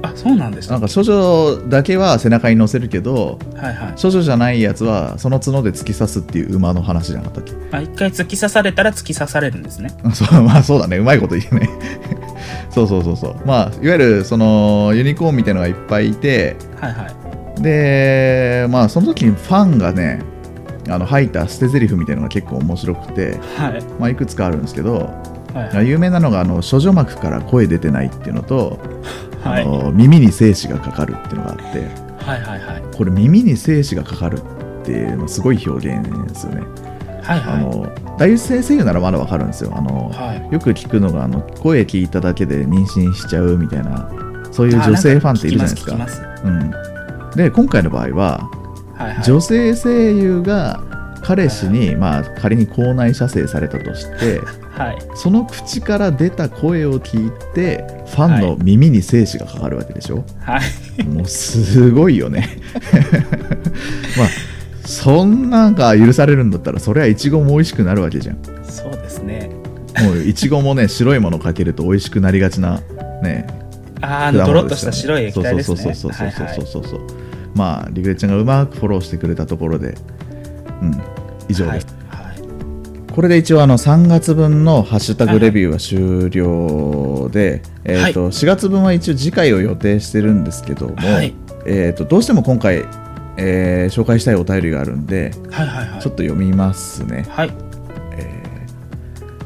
B: あそうなんでした
A: な
B: っ
A: んか処女だけは背中に乗せるけど
B: けはいはい
A: 処女じゃないやつはその角で突き刺すっていう馬の話じゃなかったっけ
B: あ一回突き刺されたら突き刺されるんですね
A: あそう まあそうだねうまいこと言うね そうそうそうそうまあいわゆるそのユニコーンみたいのがいっぱいいて
B: はいはい
A: でまあその時にファンがねあの吐いた捨て台詞みたいのが結構面白くて、
B: はい
A: まあ、いくつかあるんですけど
B: はいはい
A: 有名なのがあの「処女膜から声出てない」っていうのと、
B: はい
A: あの耳に精子がかかるっていうのがあって
B: はいはいはい
A: これ耳に精子がかかるっていうのすごい表現ですよね。
B: はい
A: あ
B: はい
A: の大先生ならまだわかるんですよあの、
B: はい
A: よく聞くのがあの声聞いただけで妊娠しちゃうみたいなそういう女性ファンっているじゃないです
B: あ
A: か
B: んか聞きます聞きま
A: うん、で今回の場合は、
B: すはいはい
A: 女性声優が彼氏に、まあ、仮に口内射精されたとして
B: はい。
A: その口から出た声を聞いてファンの耳に精子がかかるわけでしょ、
B: はい。
A: もうすごいよね まあそんなんが許されるんだったらそりゃいちごも美味しくなるわけじゃん
B: そうですね。
A: もういちごもね白いものかけると美味しくなりがちなね
B: あー
A: 果
B: あの、ドロ
A: 物
B: ッと
A: で
B: し
A: すよね
B: た白い液体ですね。
A: そうそうそうそう
B: はい
A: そ
B: は
A: うそうそうそう、まあリグレちゃんがうまくフォローしてくれたところでうん以上
B: いは
A: で
B: い
A: す、。
B: はい。
A: これで一応あの3月分の「ハッシュタグレビュー」は終了で、えーと4月分は一応次回を予定してるんですけども、
B: はい
A: えー、とどうしても今回、えー紹介したいお便りがあるんでちょ
B: はいはいはい
A: っと読みますね、
B: はい。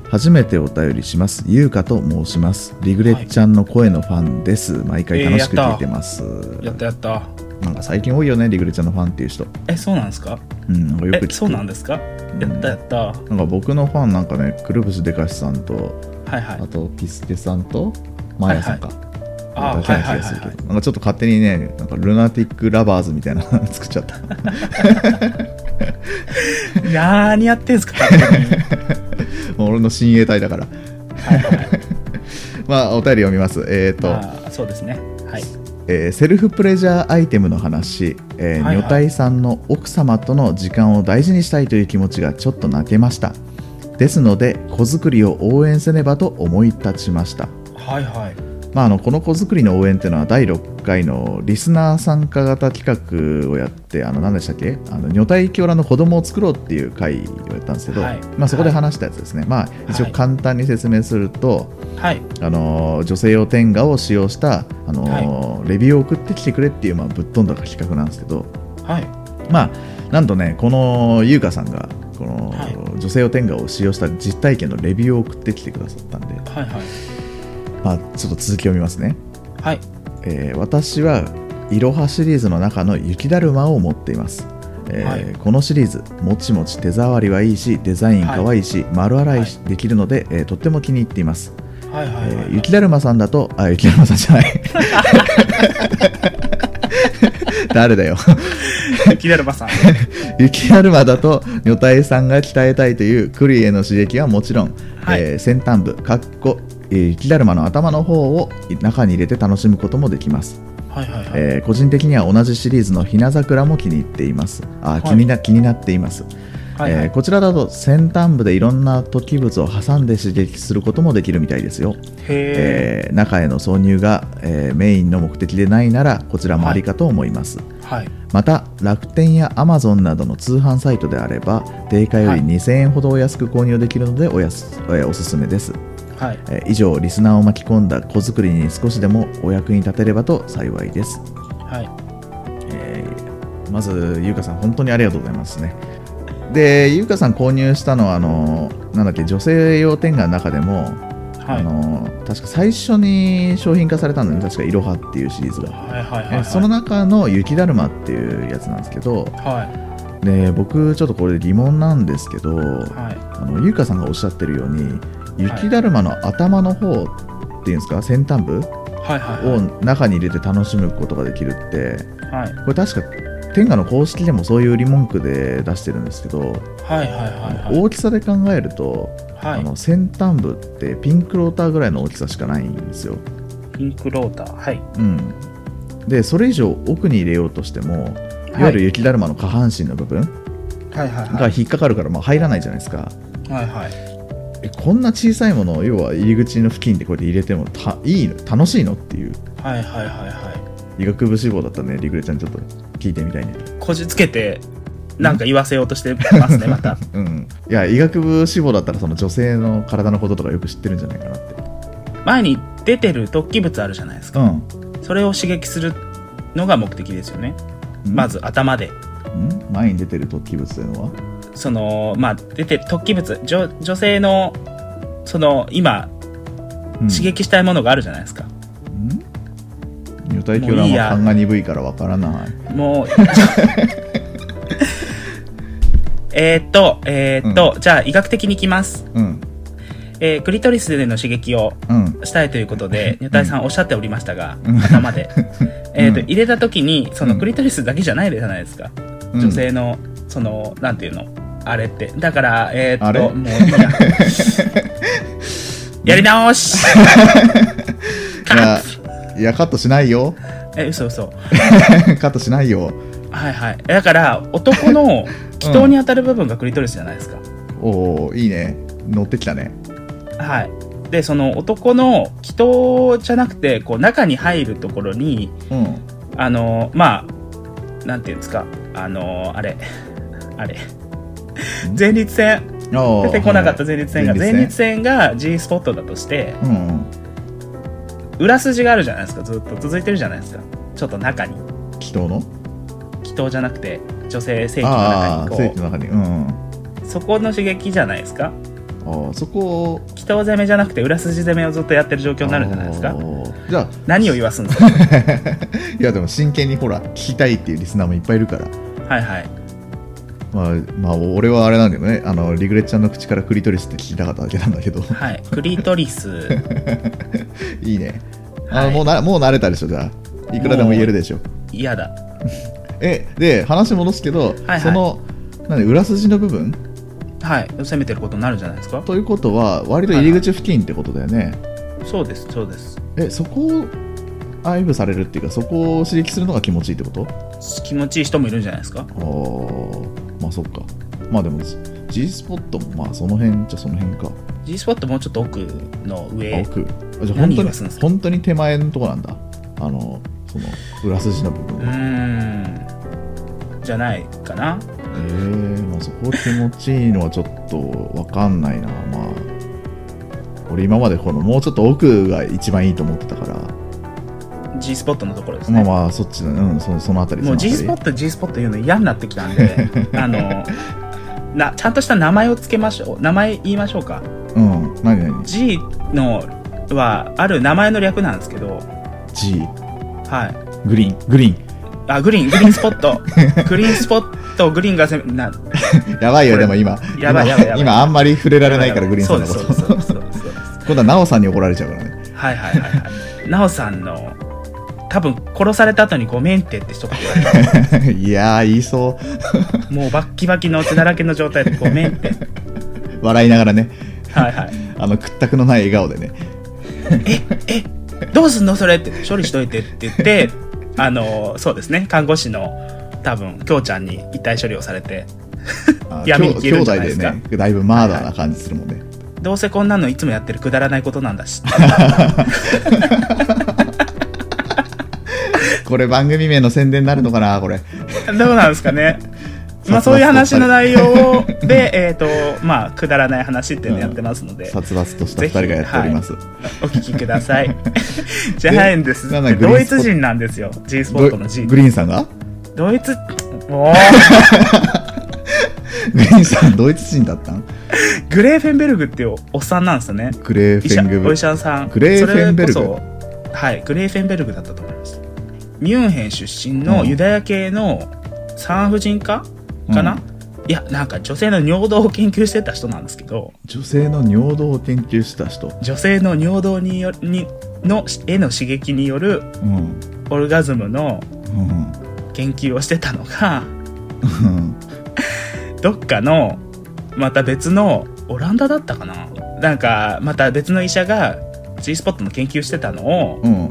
A: 初めてお便りしますゆうかと申しますリグレッちゃんの声のファンです、毎回楽しく
B: えーやった
A: 聞いてます、
B: やったやった。
A: なんか最近多いよねリグレッちゃんのファンっていう人
B: え、そうなんですか
A: うんなんかよく聞
B: え、
A: く
B: そうなんですかやったやった。は
A: なんか僕のファンなんかねくるぶしでかしさんと
B: いはい
A: あ。とピスケさんとマーヤさんか、
B: あ
A: だ
B: ー
A: け
B: は
A: ない気
B: はい
A: が
B: は
A: す
B: い
A: るけ
B: は
A: ど
B: い。
A: なんかちょっと勝手にねなんかルナティックラバーズみたいなの作っちゃった
B: 何やって んすか勝手に
A: もう俺の親衛隊だから まあお便り読みますえっ、と、
B: あーそうですね。はい。
A: えーセルフプレジャーアイテムの話、えー
B: はいはい
A: 女体さんの奥様との時間を大事にしたいという気持ちがちょっと泣けましたですので子作りを応援せねばと思い立ちました
B: はいはい。
A: まあ、あのこの子作りの応援っていうのは第6回のリスナー参加型企画をやってあの何でしたっけあの女体狂乱の子供を作ろうっていう回をやったんですけど、
B: はい
A: まあ、そこで話したやつですね、まあ、一応
B: はい
A: 簡単に説明すると、
B: はい。
A: あの女性用天下を使用したあの、レビューを送ってきてくれっていう、まあ、ぶっ飛んだ企画なんですけど、
B: はい。
A: まあ、なんとねこの優香さんがこの、
B: はい
A: 女性用天下を使用した実体験のレビューを送ってきてくださったんで、
B: はいはい。
A: まあ、ちょっと続き読みますね。
B: はい。
A: えー私はいろはシリーズの中の雪だるまを持っています、えー
B: はい
A: このシリーズもちもち手触りはいいしデザインかわいいし、丸洗いしできるので、えーとっても気に入っています、
B: はいはい
A: え
B: は
A: ー
B: い。
A: 雪だるまさんだとあ雪だるまさんじゃない 誰だよ
B: 雪だるまさん。
A: 雪だるまだと女体さんが鍛えたいというクリへの刺激はもちろん、
B: はい
A: えー先端部かっこえー雪だるまの頭の方を中に入れて楽しむこともできます
B: はいはいはい。
A: えー個人的には同じシリーズの「ひな桜」も気に入っていますあー
B: い
A: 気にな、気になっています、
B: はいは
A: えー
B: い。
A: こちらだと先端部でいろんな突起物を挟んで刺激することもできるみたいですよ、
B: へ
A: えー中への挿入が、えーメインの目的でないならこちらもありかと思います、
B: え。はい。
A: また楽天や Amazon などの通販サイトであれば定価より
B: はい
A: 2000円ほどお安く購入できるのでおやす、えーおすすめです、
B: はい。
A: えー以上リスナーを巻き込んだ子作りに少しでもお役に立てればと幸いです
B: はい。
A: えーまず、ゆうかさん、本当にありがとうございますね。で、ゆうかさん購入したのは、あの、なんだっけ、女性用天下の中でも、
B: は
A: あ
B: い。
A: の、確か最初に商品化されたんだよね、確か、いろはっていうシリーズが。
B: はいはいはいは
A: え
B: い。
A: その中の雪だるまっていうやつなんですけど、
B: は
A: で僕、ちょっとこれ疑問なんですけど、
B: い。は
A: あのゆうかさんがおっしゃってるように、雪だるまの頭の方っていうんですか、先端部
B: い。はいはい
A: を中に入れて楽しむことができるって、
B: はい。
A: これ確か天下の公式でもそういう売り文句で出してるんですけど、
B: はいはいはいはい。
A: 大きさで考えると、
B: は
A: あ
B: い。
A: の先端部ってピンクローターぐらいの大きさしかないんですよ。
B: ピンクローター。はい。
A: うん、でそれ以上奥に入れようとしてもい
B: はい
A: わゆる雪だるまの下半身の部分
B: はいはいは
A: が
B: い。
A: 引っかかるからまあ入らないじゃないですか。
B: はいはい。
A: えこんな小さいものを要は入り口の付近でこうやって入れてもたいいの楽しいのっていう
B: はいはいはいは
A: 医学部志望だったねリグレちゃんちょっと聞いてみ たいね。
B: い。こじつけて、なんか言わせようとしてますね、ま た。
A: うん、いや医学部志望だったらその女性の体のこととかよく知ってるんじゃないかなって
B: 前に出てる突起物あるじゃないですか。
A: う
B: それを刺激するのが目的ですよね。
A: ん
B: まず頭で。
A: ん前に出てる突起物というのは
B: その、まあ、出て、突起物、女女性の、その、今、
A: うん
B: 刺激したいものがあるじゃないですか。
A: ん女体狂乱
B: もういい
A: は
B: や
A: 勘が鈍いからわからない
B: もう。えーっと、えーっと、じゃあ医学的にいきます。
A: うん
B: えークリトリスでの刺激を
A: うん
B: したいということで、ニュタイさんおっしゃっておりましたが、
A: うん
B: 頭で。えーっと、
A: うん
B: 入れた時に、そうの
A: ん
B: クリトリスだけじゃないじゃないですか。
A: うん
B: 女性の、その、なんていうの、あれって。だから、えー、
A: あ
B: っ
A: れ
B: と、もういいや。やり直し カ
A: いや
B: ット
A: いやカットしないよ
B: え、嘘嘘。
A: カットしないよ
B: はいはい。だから、男の祈祷に当たる部分がクリトリスじゃないですか。
A: おおいいね乗ってきたね
B: はい。で、その男の祈祷じゃなくて、こう、中に入るところに、
A: うん
B: あの、まあ、なんていうんですか、あの、あれ、 あれ、前立腺、出
A: 出
B: てこなかった前立腺が、前立
A: 腺
B: 腺が G スポットだとして、
A: うんうん
B: 裏筋があるじゃないですか、ずっと続いてるじゃないですか。ちょっと中に、
A: 祈祷の
B: 祈祷じゃなくて、女性性器の
A: ああ
B: 中
A: 聖
B: に
A: 地
B: こ
A: の中にうんあ
B: う、そこの刺激じゃないですか。
A: ーそこを
B: 祈祷攻めじゃなくて、裏筋攻めをずっとやってる状況になるんじゃないです
A: あ
B: か。
A: ーじゃあ
B: 何を言わすんですか
A: いやでも真剣にほら聞きたいっていうリスナーもいっぱいいるから
B: はいはい。
A: まあまあ俺はあれなんだけどねあのリグレッちゃんの口からクリトリスって聞きたかっただけなんだけど
B: はい。クリトリス。
A: いいねあ
B: はい
A: もうなもう慣れたでしょじゃあいくらでも言えるでしょ
B: 嫌だ。
A: えで話戻すけど、
B: はい
A: その何裏筋の部分
B: はい。攻めてることになるじゃないですか。
A: ということは割と入り口付近ってことだよね、
B: そうです、そうです。
A: えそこを愛撫されるっていうかそこを刺激するのが気持ちいいってこと
B: 気持ちいい人もいるんじゃないですか
A: あーまあそっかまあでも G スポットもまあその辺じゃその辺か、
B: G スポットもうちょっと奥の
A: あ
B: 上
A: 奥あじゃあ本
B: 何
A: 当に
B: がするんですか
A: 本当に手前のとこなんだあのその裏筋の部
B: う
A: 分へ
B: ーんじゃないかな
A: えまあ、そこ気持ちいいのはちょっとわかんないなまあ俺今までこのもうちょっと奥が一番いいと思ってたから、
B: G スポットのところです
A: まあ
B: ね、
A: まあそっちのうんそそのあたり
B: もう
A: そ
B: G ス
A: の
B: ポ
A: あ
B: ット G スポット言うの嫌になってきたん であのなちゃんとした名前をつけましょう名前言いましょうか
A: たりうん何何
B: G のはある名前の略なんですけど
A: G
B: はい
A: グリーングリー
B: あグリーングリーンスポットグリーンスポットグリーンがせな
A: ン やばいよでも今
B: やばいやばいやば
A: 今
B: い
A: 今あんまり触れられないからグリーンさんのこ
B: そう
A: と
B: ですそうですそうですそう
A: 今
B: です
A: 度は奈緒さんに怒られちゃうからね
B: はいはいはいはい。なおさんの、多分殺された後にごめんってって一言言われ た。
A: いやー言いそ
B: もうバッキバキの血だらけの状態でごめんって。
A: う笑いながらね
B: はいはい。
A: あの屈託のない笑顔でね
B: どうすんのそれって処理しといてって言って、あの、そうですね、看護師の多分、きょうちゃんに遺体処理をされて、
A: あ
B: 闇に
A: 兄
B: 消
A: 兄
B: えるん
A: 弟
B: じゃないで
A: です
B: か
A: ねだいぶマーダーな感じするもんね、
B: どうせこんなのいつもやってるくだらないことなんだし。
A: これ番組名の宣伝になるのかなこれ
B: どうなんですかね。まあ
A: 殺伐と
B: そういう話の内容をで、えっ、と、まあ、くだらない話っていうのやってますので、
A: 殺伐とした2人がやっております、
B: お聞きく ださい。じゃないんです。
A: なんだグリーン
B: ドイ
A: スポット
B: ツ人なんですよ。G スポ
A: ど
B: ットの G
A: グリーンさんが
B: ドイツ、おー
A: グリーンさんドイツ人だったん
B: グレーフェンベルグっていうおっさんなんですよね。
A: グレーフ
B: 医者
A: ェング
B: お医者さん。
A: グレーフェンベルグ
B: それこそはい、グレーフェンベルグだったと思います。ミュンヘン出身のユダヤ系の産婦人科かな、いや、なんか女性の尿道を研究してた人なんですけど、
A: 女性の尿道を研究した人
B: 女性の尿道によにのへの刺激による
A: うんうん
B: オルガズムの
A: うん
B: 研究をしてたのが、
A: うん
B: どっかのまた別のオランダだったかななんかまた別の医者が G スポットの研究してたのを
A: うん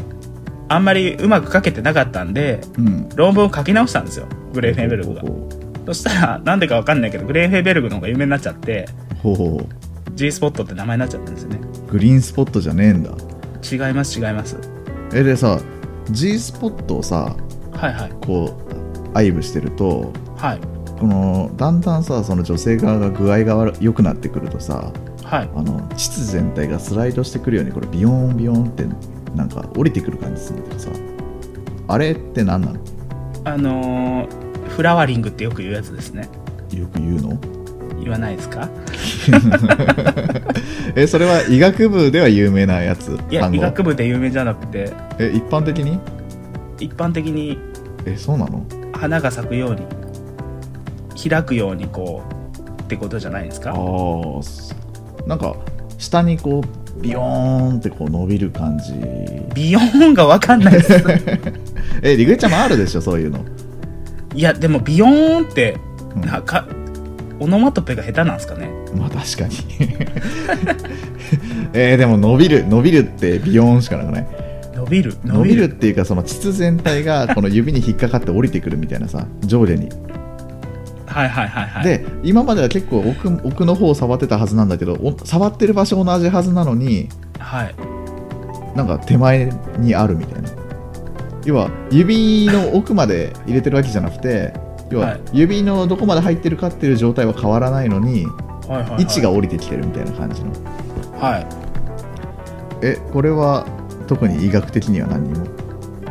B: あんまりうまく書けてなかったんで
A: うん
B: 論文を書き直したんですよグレーフェンベルグがそしたらなんでかわかんないけどグレーフェンベルグの方が有名になっちゃって
A: ほうほ
B: G スポットって名前になっちゃったんですよね
A: うグリーンスポットじゃねえんだ
B: 違います違います
A: えでさ G スポットをさ
B: はいはい
A: こう愛撫してると
B: はい
A: このだんだんさその女性側が具合が悪良くなってくるとさ
B: はい
A: あの膣全体がスライドしてくるようにこれビヨーンビヨーンってなんか降りてくる感じするんだけどさあれって何なの
B: あのーフラワリングってよく言うやつですね
A: よく言うの
B: 言わないですか
A: えそれは医学部では有名なやつ
B: いや
A: 単
B: 医
A: 語
B: 学部で有名じゃなくて
A: え一般的に
B: 一般的に
A: えそうなの
B: 花が咲くように開くようにこうってことじゃないです
A: あ
B: か
A: ーすなんか下にこうビヨーンってこう伸びる感じ
B: ビヨーンがわかんないです
A: えリグレちゃんもあるでしょそういうの
B: いやでもビヨーンって
A: うん
B: なんかオノマトペが下手なんですかね
A: まあ確 かにえーでも伸びる伸びるってビヨーンしかなくない
B: 伸びる
A: 伸びるっていうかその膣全体がこの指に引っかかって降りてくるみたいなさ上下に
B: はいはいはいはい
A: で今までは結構奥奥の方を触ってたはずなんだけどお触ってる場所同じはずなのに
B: はい
A: なんか手前にあるみたいな要は指の奥まで入れてるわけじゃなくて要
B: は
A: はい指のどこまで入ってるかっていう状態は変わらないのに
B: はいはいはい
A: 位置が降りてきてるみたいな感じの
B: は
A: えこれは特に医学的には何にも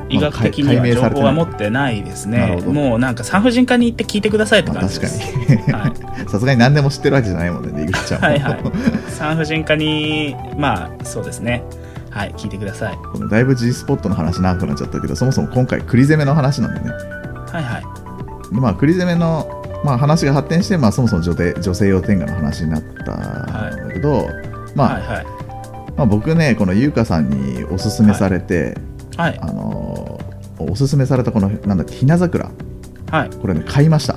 B: い医学的には情報は持ってないです
A: なる
B: ね
A: ほど
B: もうなんか産婦人科に行って聞いてくださいって
A: まあ
B: 感じ
A: 確
B: で
A: か
B: す、
A: に
B: は い
A: さすがに何でも知ってるわけじゃないもんね出口ちゃんも
B: はいはい。産婦人科に、まあ、そうですね。はい、聞いてください。
A: このだいぶ G スポットの話長くなっちゃったけどそもそも今回栗攻めの話なんでね
B: はいは
A: でまあ栗攻めの、まあ、話が発展して、まあ、そもそも女帝女性用天下の話になったんだけど、まあ
B: い。はいは
A: まあ僕ねこの優香さんにおすすめされて、
B: い。はい。
A: あのーおすすめされたこのなんだっけひな桜
B: はい。
A: これね買いました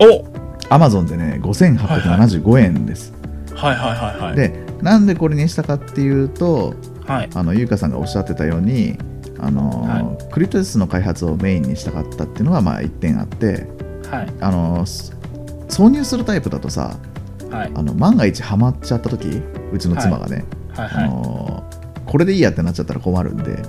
B: お
A: アマゾンでね5875円です、
B: はいはいはいはい。
A: でなんでこれにしたかっていうと
B: はい。
A: あの優香さんがおっしゃってたようにあのー、クリトリスの開発をメインにしたかったっていうのがまあ1点あって
B: はい。
A: あのーす挿入するタイプだとさ
B: はい。
A: あの万が一ハマっちゃった時うちの妻がね、
B: はい
A: あ
B: は
A: のーこれでいいやってなっちゃったら困るん で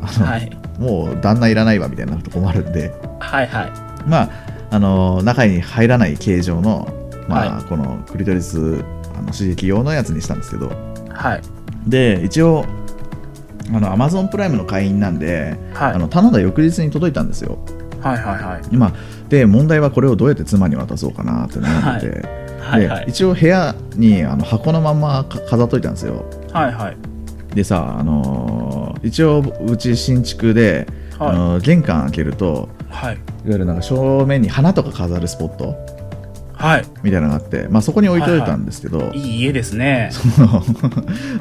A: あ
B: い。
A: の、
B: はい。
A: もう旦那いらないわみたいになると困るんで
B: はいは
A: まああのー中に入らない形状の、まあこのクリトリスあの刺激用のやつにしたんですけど
B: い。はい。
A: で一応あの Amazon プライムの会員なんで、
B: はい。
A: あの頼んだ翌日に届いたんですよ
B: はいはいはい。
A: まあで問題はこれをどうやって妻に渡そうかなって悩んでて、
B: はい
A: で
B: はい。
A: 一応部屋にあの箱のままか飾っといたんですよ
B: はいはい。
A: でさ、あのー一応うち新築で、あ
B: は
A: のー玄関開けると
B: い。はい。
A: いわゆるなんか正面に花とか飾るスポット
B: はい。
A: みたいなのがあって、まあ、そこに置いといたんですけど、
B: いい家ですね。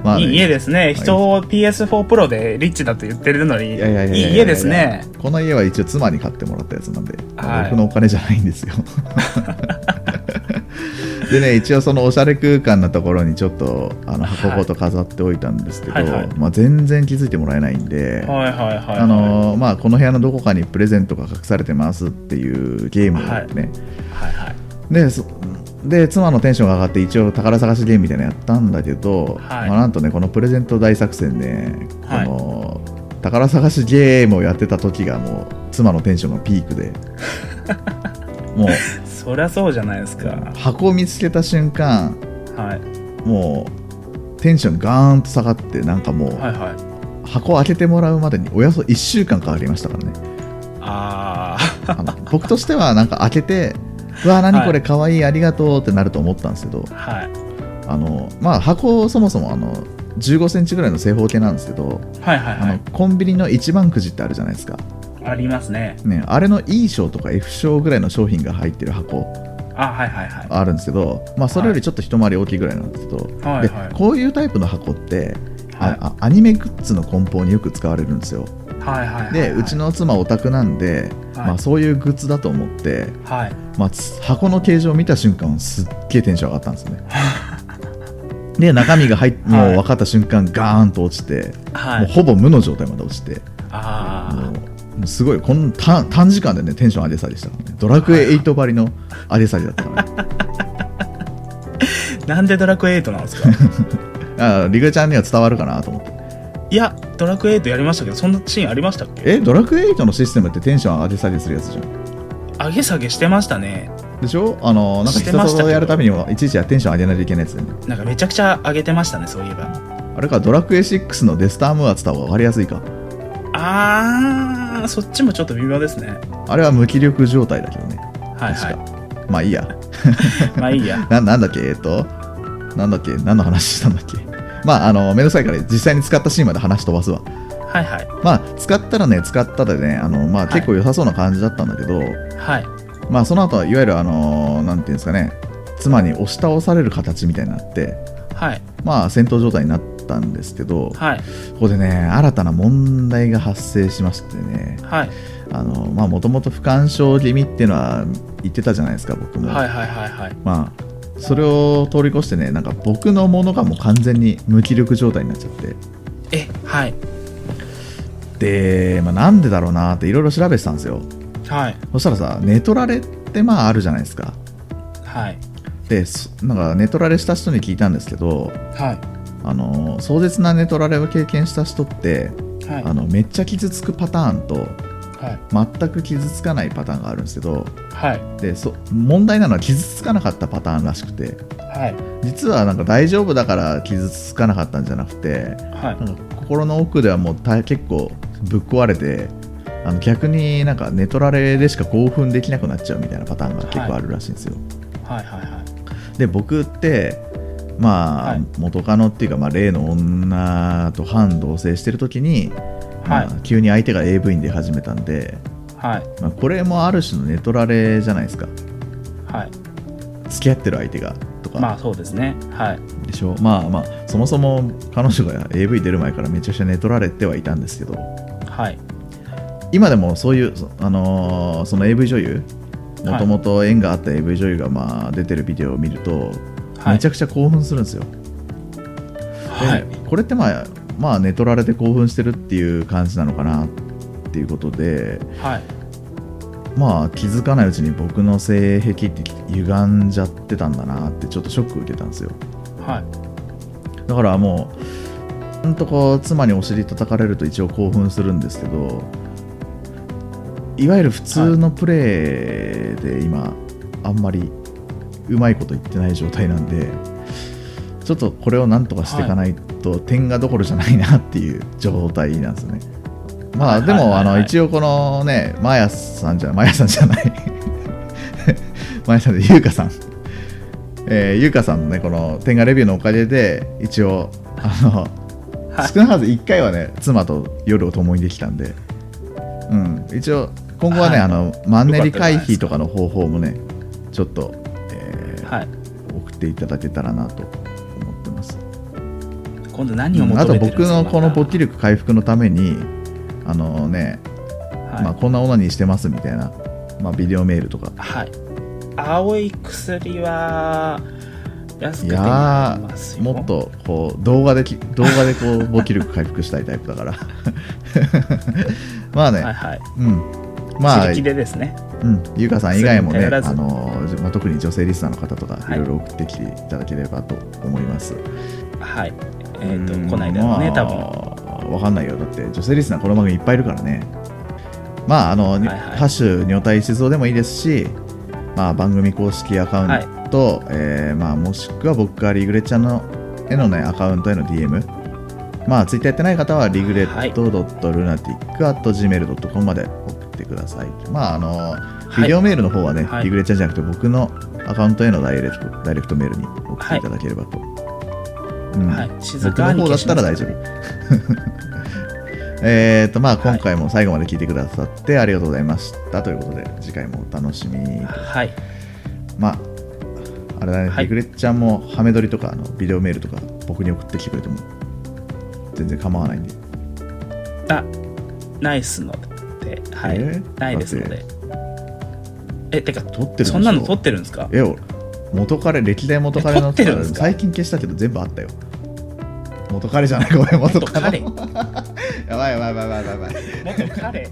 A: まあね
B: いい家ですね。人を PS4 Pro でリッチだと言ってるのに、いい
A: いやいやいやいやいや
B: 家ですね。
A: この家は一応妻に買ってもらったやつなんで、
B: はい
A: 僕のお金じゃないんです よでね一応そのおしゃれ空間のところにちょっとあの箱ごと飾っておいたんですけど、
B: はいはい
A: まあ、全然気づいてもらえないんで、
B: はいはいはい。
A: あのーまあ、この部屋のどこかにプレゼントが隠されてますっていうゲームがあってね、
B: はいはい。
A: でそで妻のテンションが上がって一応宝探しゲームみたいなのやったんだけど、
B: はい
A: まあ、なんとねこのプレゼント大作戦ねこ
B: はい
A: の、宝探しゲームをやってた時がもう妻のテンションのピーク でもう
B: そりゃそうじゃないですか。
A: 箱を見つけた瞬間
B: はい。
A: もうテンションガーンと下がってなんかもう、
B: はいはい。
A: 箱を開けてもらうまでにおよそ1週間かかりましたからね
B: ああ。
A: あの僕としてはなんか開けてうわ何これかわいいありがとうってなると思ったんですけど、
B: はい。
A: あのまあ箱そもそもあの15センチぐらいの正方形なんですけど、
B: はいはいは
A: あのコンビニの一番くじってあるじゃないですか、
B: い。ありますね。
A: ね、あれの E 賞とか F 賞ぐらいの商品が入ってる箱
B: あ、はいはいはい。
A: あるんですけど、まあ、それよりちょっと一回り大きいぐらいなんですけど、
B: はいはい
A: でこういうタイプの箱って、
B: はい
A: ああアニメグッズの梱包によく使われるんですよ
B: はいはいはい。
A: でうち。の妻オタクなんで、
B: はい
A: まあ、そういうグッズだと思って、
B: はい。
A: まあ、つ箱の形状を見た瞬間すっげえテンション上がったんですよねで中身が入っもう分かった瞬間、ガーンと落ちて、
B: は
A: もう
B: い。
A: ほぼ無の状態まで落ちて
B: あ
A: もうもうすごいこの短短時間でねテンション上げ下げしたからねドラクエ8ばりの上げ下げだったから、ね、
B: あ。なんでドラクエ8なんですか
A: あーリグちゃんには伝わるかなと思って
B: いや、ドラクエ8やりましたけど、そんなシーンありましたっけ
A: えドラクエ8のシステムってテンション上げ下げするやつじゃん
B: 上げ下げしてましたね。
A: でしょあのなんか
B: してました
A: 人
B: け
A: と
B: ど
A: やるためにもいちいちテンション上げないといけないやつだよね
B: なんかめちゃくちゃ上げてましたね、そういえば。
A: あれかドラクエ6のデスタームーアつった方が分かりやすいか
B: あー、そっちもちょっと微妙ですね。
A: あれは無気力状態だけどね
B: はい
A: 確
B: は
A: か、まあいいや
B: い。まあい いや。
A: ななんだっけえっとなんだっけ何の話したんだっけまああのめんどくさいから実際に使ったシーンまで話飛ばすわ
B: はいはい。
A: まあ使ったらね使ったでねあのまあ
B: い
A: 結構良さそうな感じだったんだけど、
B: はい。
A: まあその後はいわゆるあのなんていうんですかね妻に押し倒される形みたいになって
B: はい。
A: まあ戦闘状態になったんですけど、
B: はい。
A: ここでね新たな問題が発生しましてね
B: はい。
A: あのまあもともと不干渉気味っていうのは言ってたじゃないですか僕も、
B: はいはいはいはい。
A: まあそれを通り越してねなんか僕のものがもう完全に無気力状態になっちゃって
B: え、はい。
A: で、まあ、なんでだろうなっていろいろ調べてたんですよ
B: はい。
A: そしたらさネトラレってまああるじゃないですか
B: はい。
A: でそなんかネトラレした人に聞いたんですけど
B: は
A: あの壮絶なネトラレを経験した人って、
B: い。はい。
A: あのめっちゃ傷つくパターンと
B: はい。
A: 全く傷つかないパターンがあるんですけど
B: はい。
A: でそ問題なのは傷つかなかったパターンらしくて
B: はい。
A: 実はなんか大丈夫だから傷つかなかったんじゃなくて
B: はい。
A: なんか心の奥ではもう大結構ぶっ壊れてあの逆になんか寝取られでしか興奮できなくなっちゃうみたいなパターンが結構あるらしいんですよ。
B: はい。は
A: で僕ってまあ、
B: はい
A: 元カノっていうか、まあ、例の女と反同棲してる時に、
B: い。はい。
A: まあ急に相手が AV に出始めたんで、
B: はい。
A: まあ、これもある種の寝取られじゃないですか
B: はい。
A: 付き合ってる相手がとか、
B: まあそうですね。はい。
A: でしょまあまあそもそも彼女が AV 出る前からめちゃくちゃ寝取られてはいたんですけど
B: はい。
A: 今でもそういう、そあのーその AV 女優
B: は
A: も
B: い
A: ともと縁があった AV 女優がまあ出てるビデオを見ると、
B: はい
A: めちゃくちゃ興奮するんですよ、で
B: はい。
A: これってまあまあ寝取られて興奮してるっていう感じなのかなっていうことで
B: はい。
A: まあ気づかないうちに僕の性癖って歪んじゃってたんだなってちょっとショック受けたんですよ
B: はい。
A: だからもう、ほんとこう、妻にお尻叩かれると一応興奮するんですけど、いわゆる普通のプレーで今、あんまりうまいこと言ってない状態なんで、ちょっとこれをなんとかしていかないと、点がどころじゃないなっていう状態なんですね。ま
B: は
A: あ
B: い
A: でも、
B: はい
A: あ
B: はいはい
A: の一応このね、マヤさんじゃマヤさんじゃない、 マヤさんで、ゆうかさん、えー、ゆうかさんのね、この天下レビューのおかげで、一応、あの、
B: はい
A: 少なからず1回はね、妻と夜を共にできたんで、うん、一応、今後はね、
B: はい
A: あの、マンネリ
B: よかった
A: 回
B: じゃないで
A: 避
B: すか
A: とかの方法もね、ちょっと、えー
B: はい。
A: 送っていただけたらなと思ってます。
B: 今度何を
A: あ
B: 求
A: と
B: めてるん
A: 僕
B: ですか
A: のこの勃起
B: 力。
A: 力回復のために、あのね、
B: はい
A: まあ、こんなオナニーしてますみたいな、まあ、ビデオメールとか、
B: はい。青い薬は安く
A: い
B: 手に入
A: や
B: りま
A: ー、
B: すよ。
A: もっとこう動画でき動画でこう勃起力回復したいタイプだから。 まあね、
B: はいはい。
A: うん。ま
B: まあ、
A: あ、
B: 自力でですね。
A: うん、ゆうかさん以外も
B: それ
A: ね、
B: に頼らず
A: あのまあ、特に女性リスナーの方とか、
B: は
A: い
B: い
A: ろいろ送ってきていただければと思います。
B: はい。えっ、
A: うん
B: と、こないだのね、
A: ま
B: 多
A: あ
B: 分。
A: わかんないよ。だって、女性リスナーこの番組いっぱいいるからね。まあ、あの、
B: いはい
A: ハッシュ、女体静雄でもいいですし、まあ、番組公式アカウント、えーまあ、もしくは僕がリグレちゃんの、へのね、アカウントへの DM。まあ、ツイッターやってない方は、リグレットドットルナティックアット Gmail.com まで送ってください。まあ、あの、
B: い
A: ビデオメールの方はね、
B: はい
A: リグレちゃんじゃなくて、僕のアカウントへのダイレクトダイレクトメールに送っていただければと。うん
B: はい。静
A: 僕
B: か
A: の
B: に
A: 方だっ
B: 消した
A: ら
B: ます
A: 大 丈夫。えっと、まあ今回も最後まで聞いてくださってありがとうございました。ということで、次回もお楽しみに。
B: はい。
A: まあ、あれだね、
B: はい
A: リグレッちゃんもハメ撮りとかあのビデオメールとか僕に送ってきてくれても全然構わないんで。
B: あ、ないっすので。はい。
A: えー
B: ないですの
A: だっ
B: で。え、てか、
A: 撮ってるでしょ
B: そんなの撮ってるんですか
A: えよ、元彼、歴代元彼の
B: え撮って るんですか
A: 最近消したけど全部あったよ。元彼じゃない、ごめん、元
B: 元
A: 彼。
B: 彼。
A: やばいやばいやばいやばいやばい。
B: 元彼。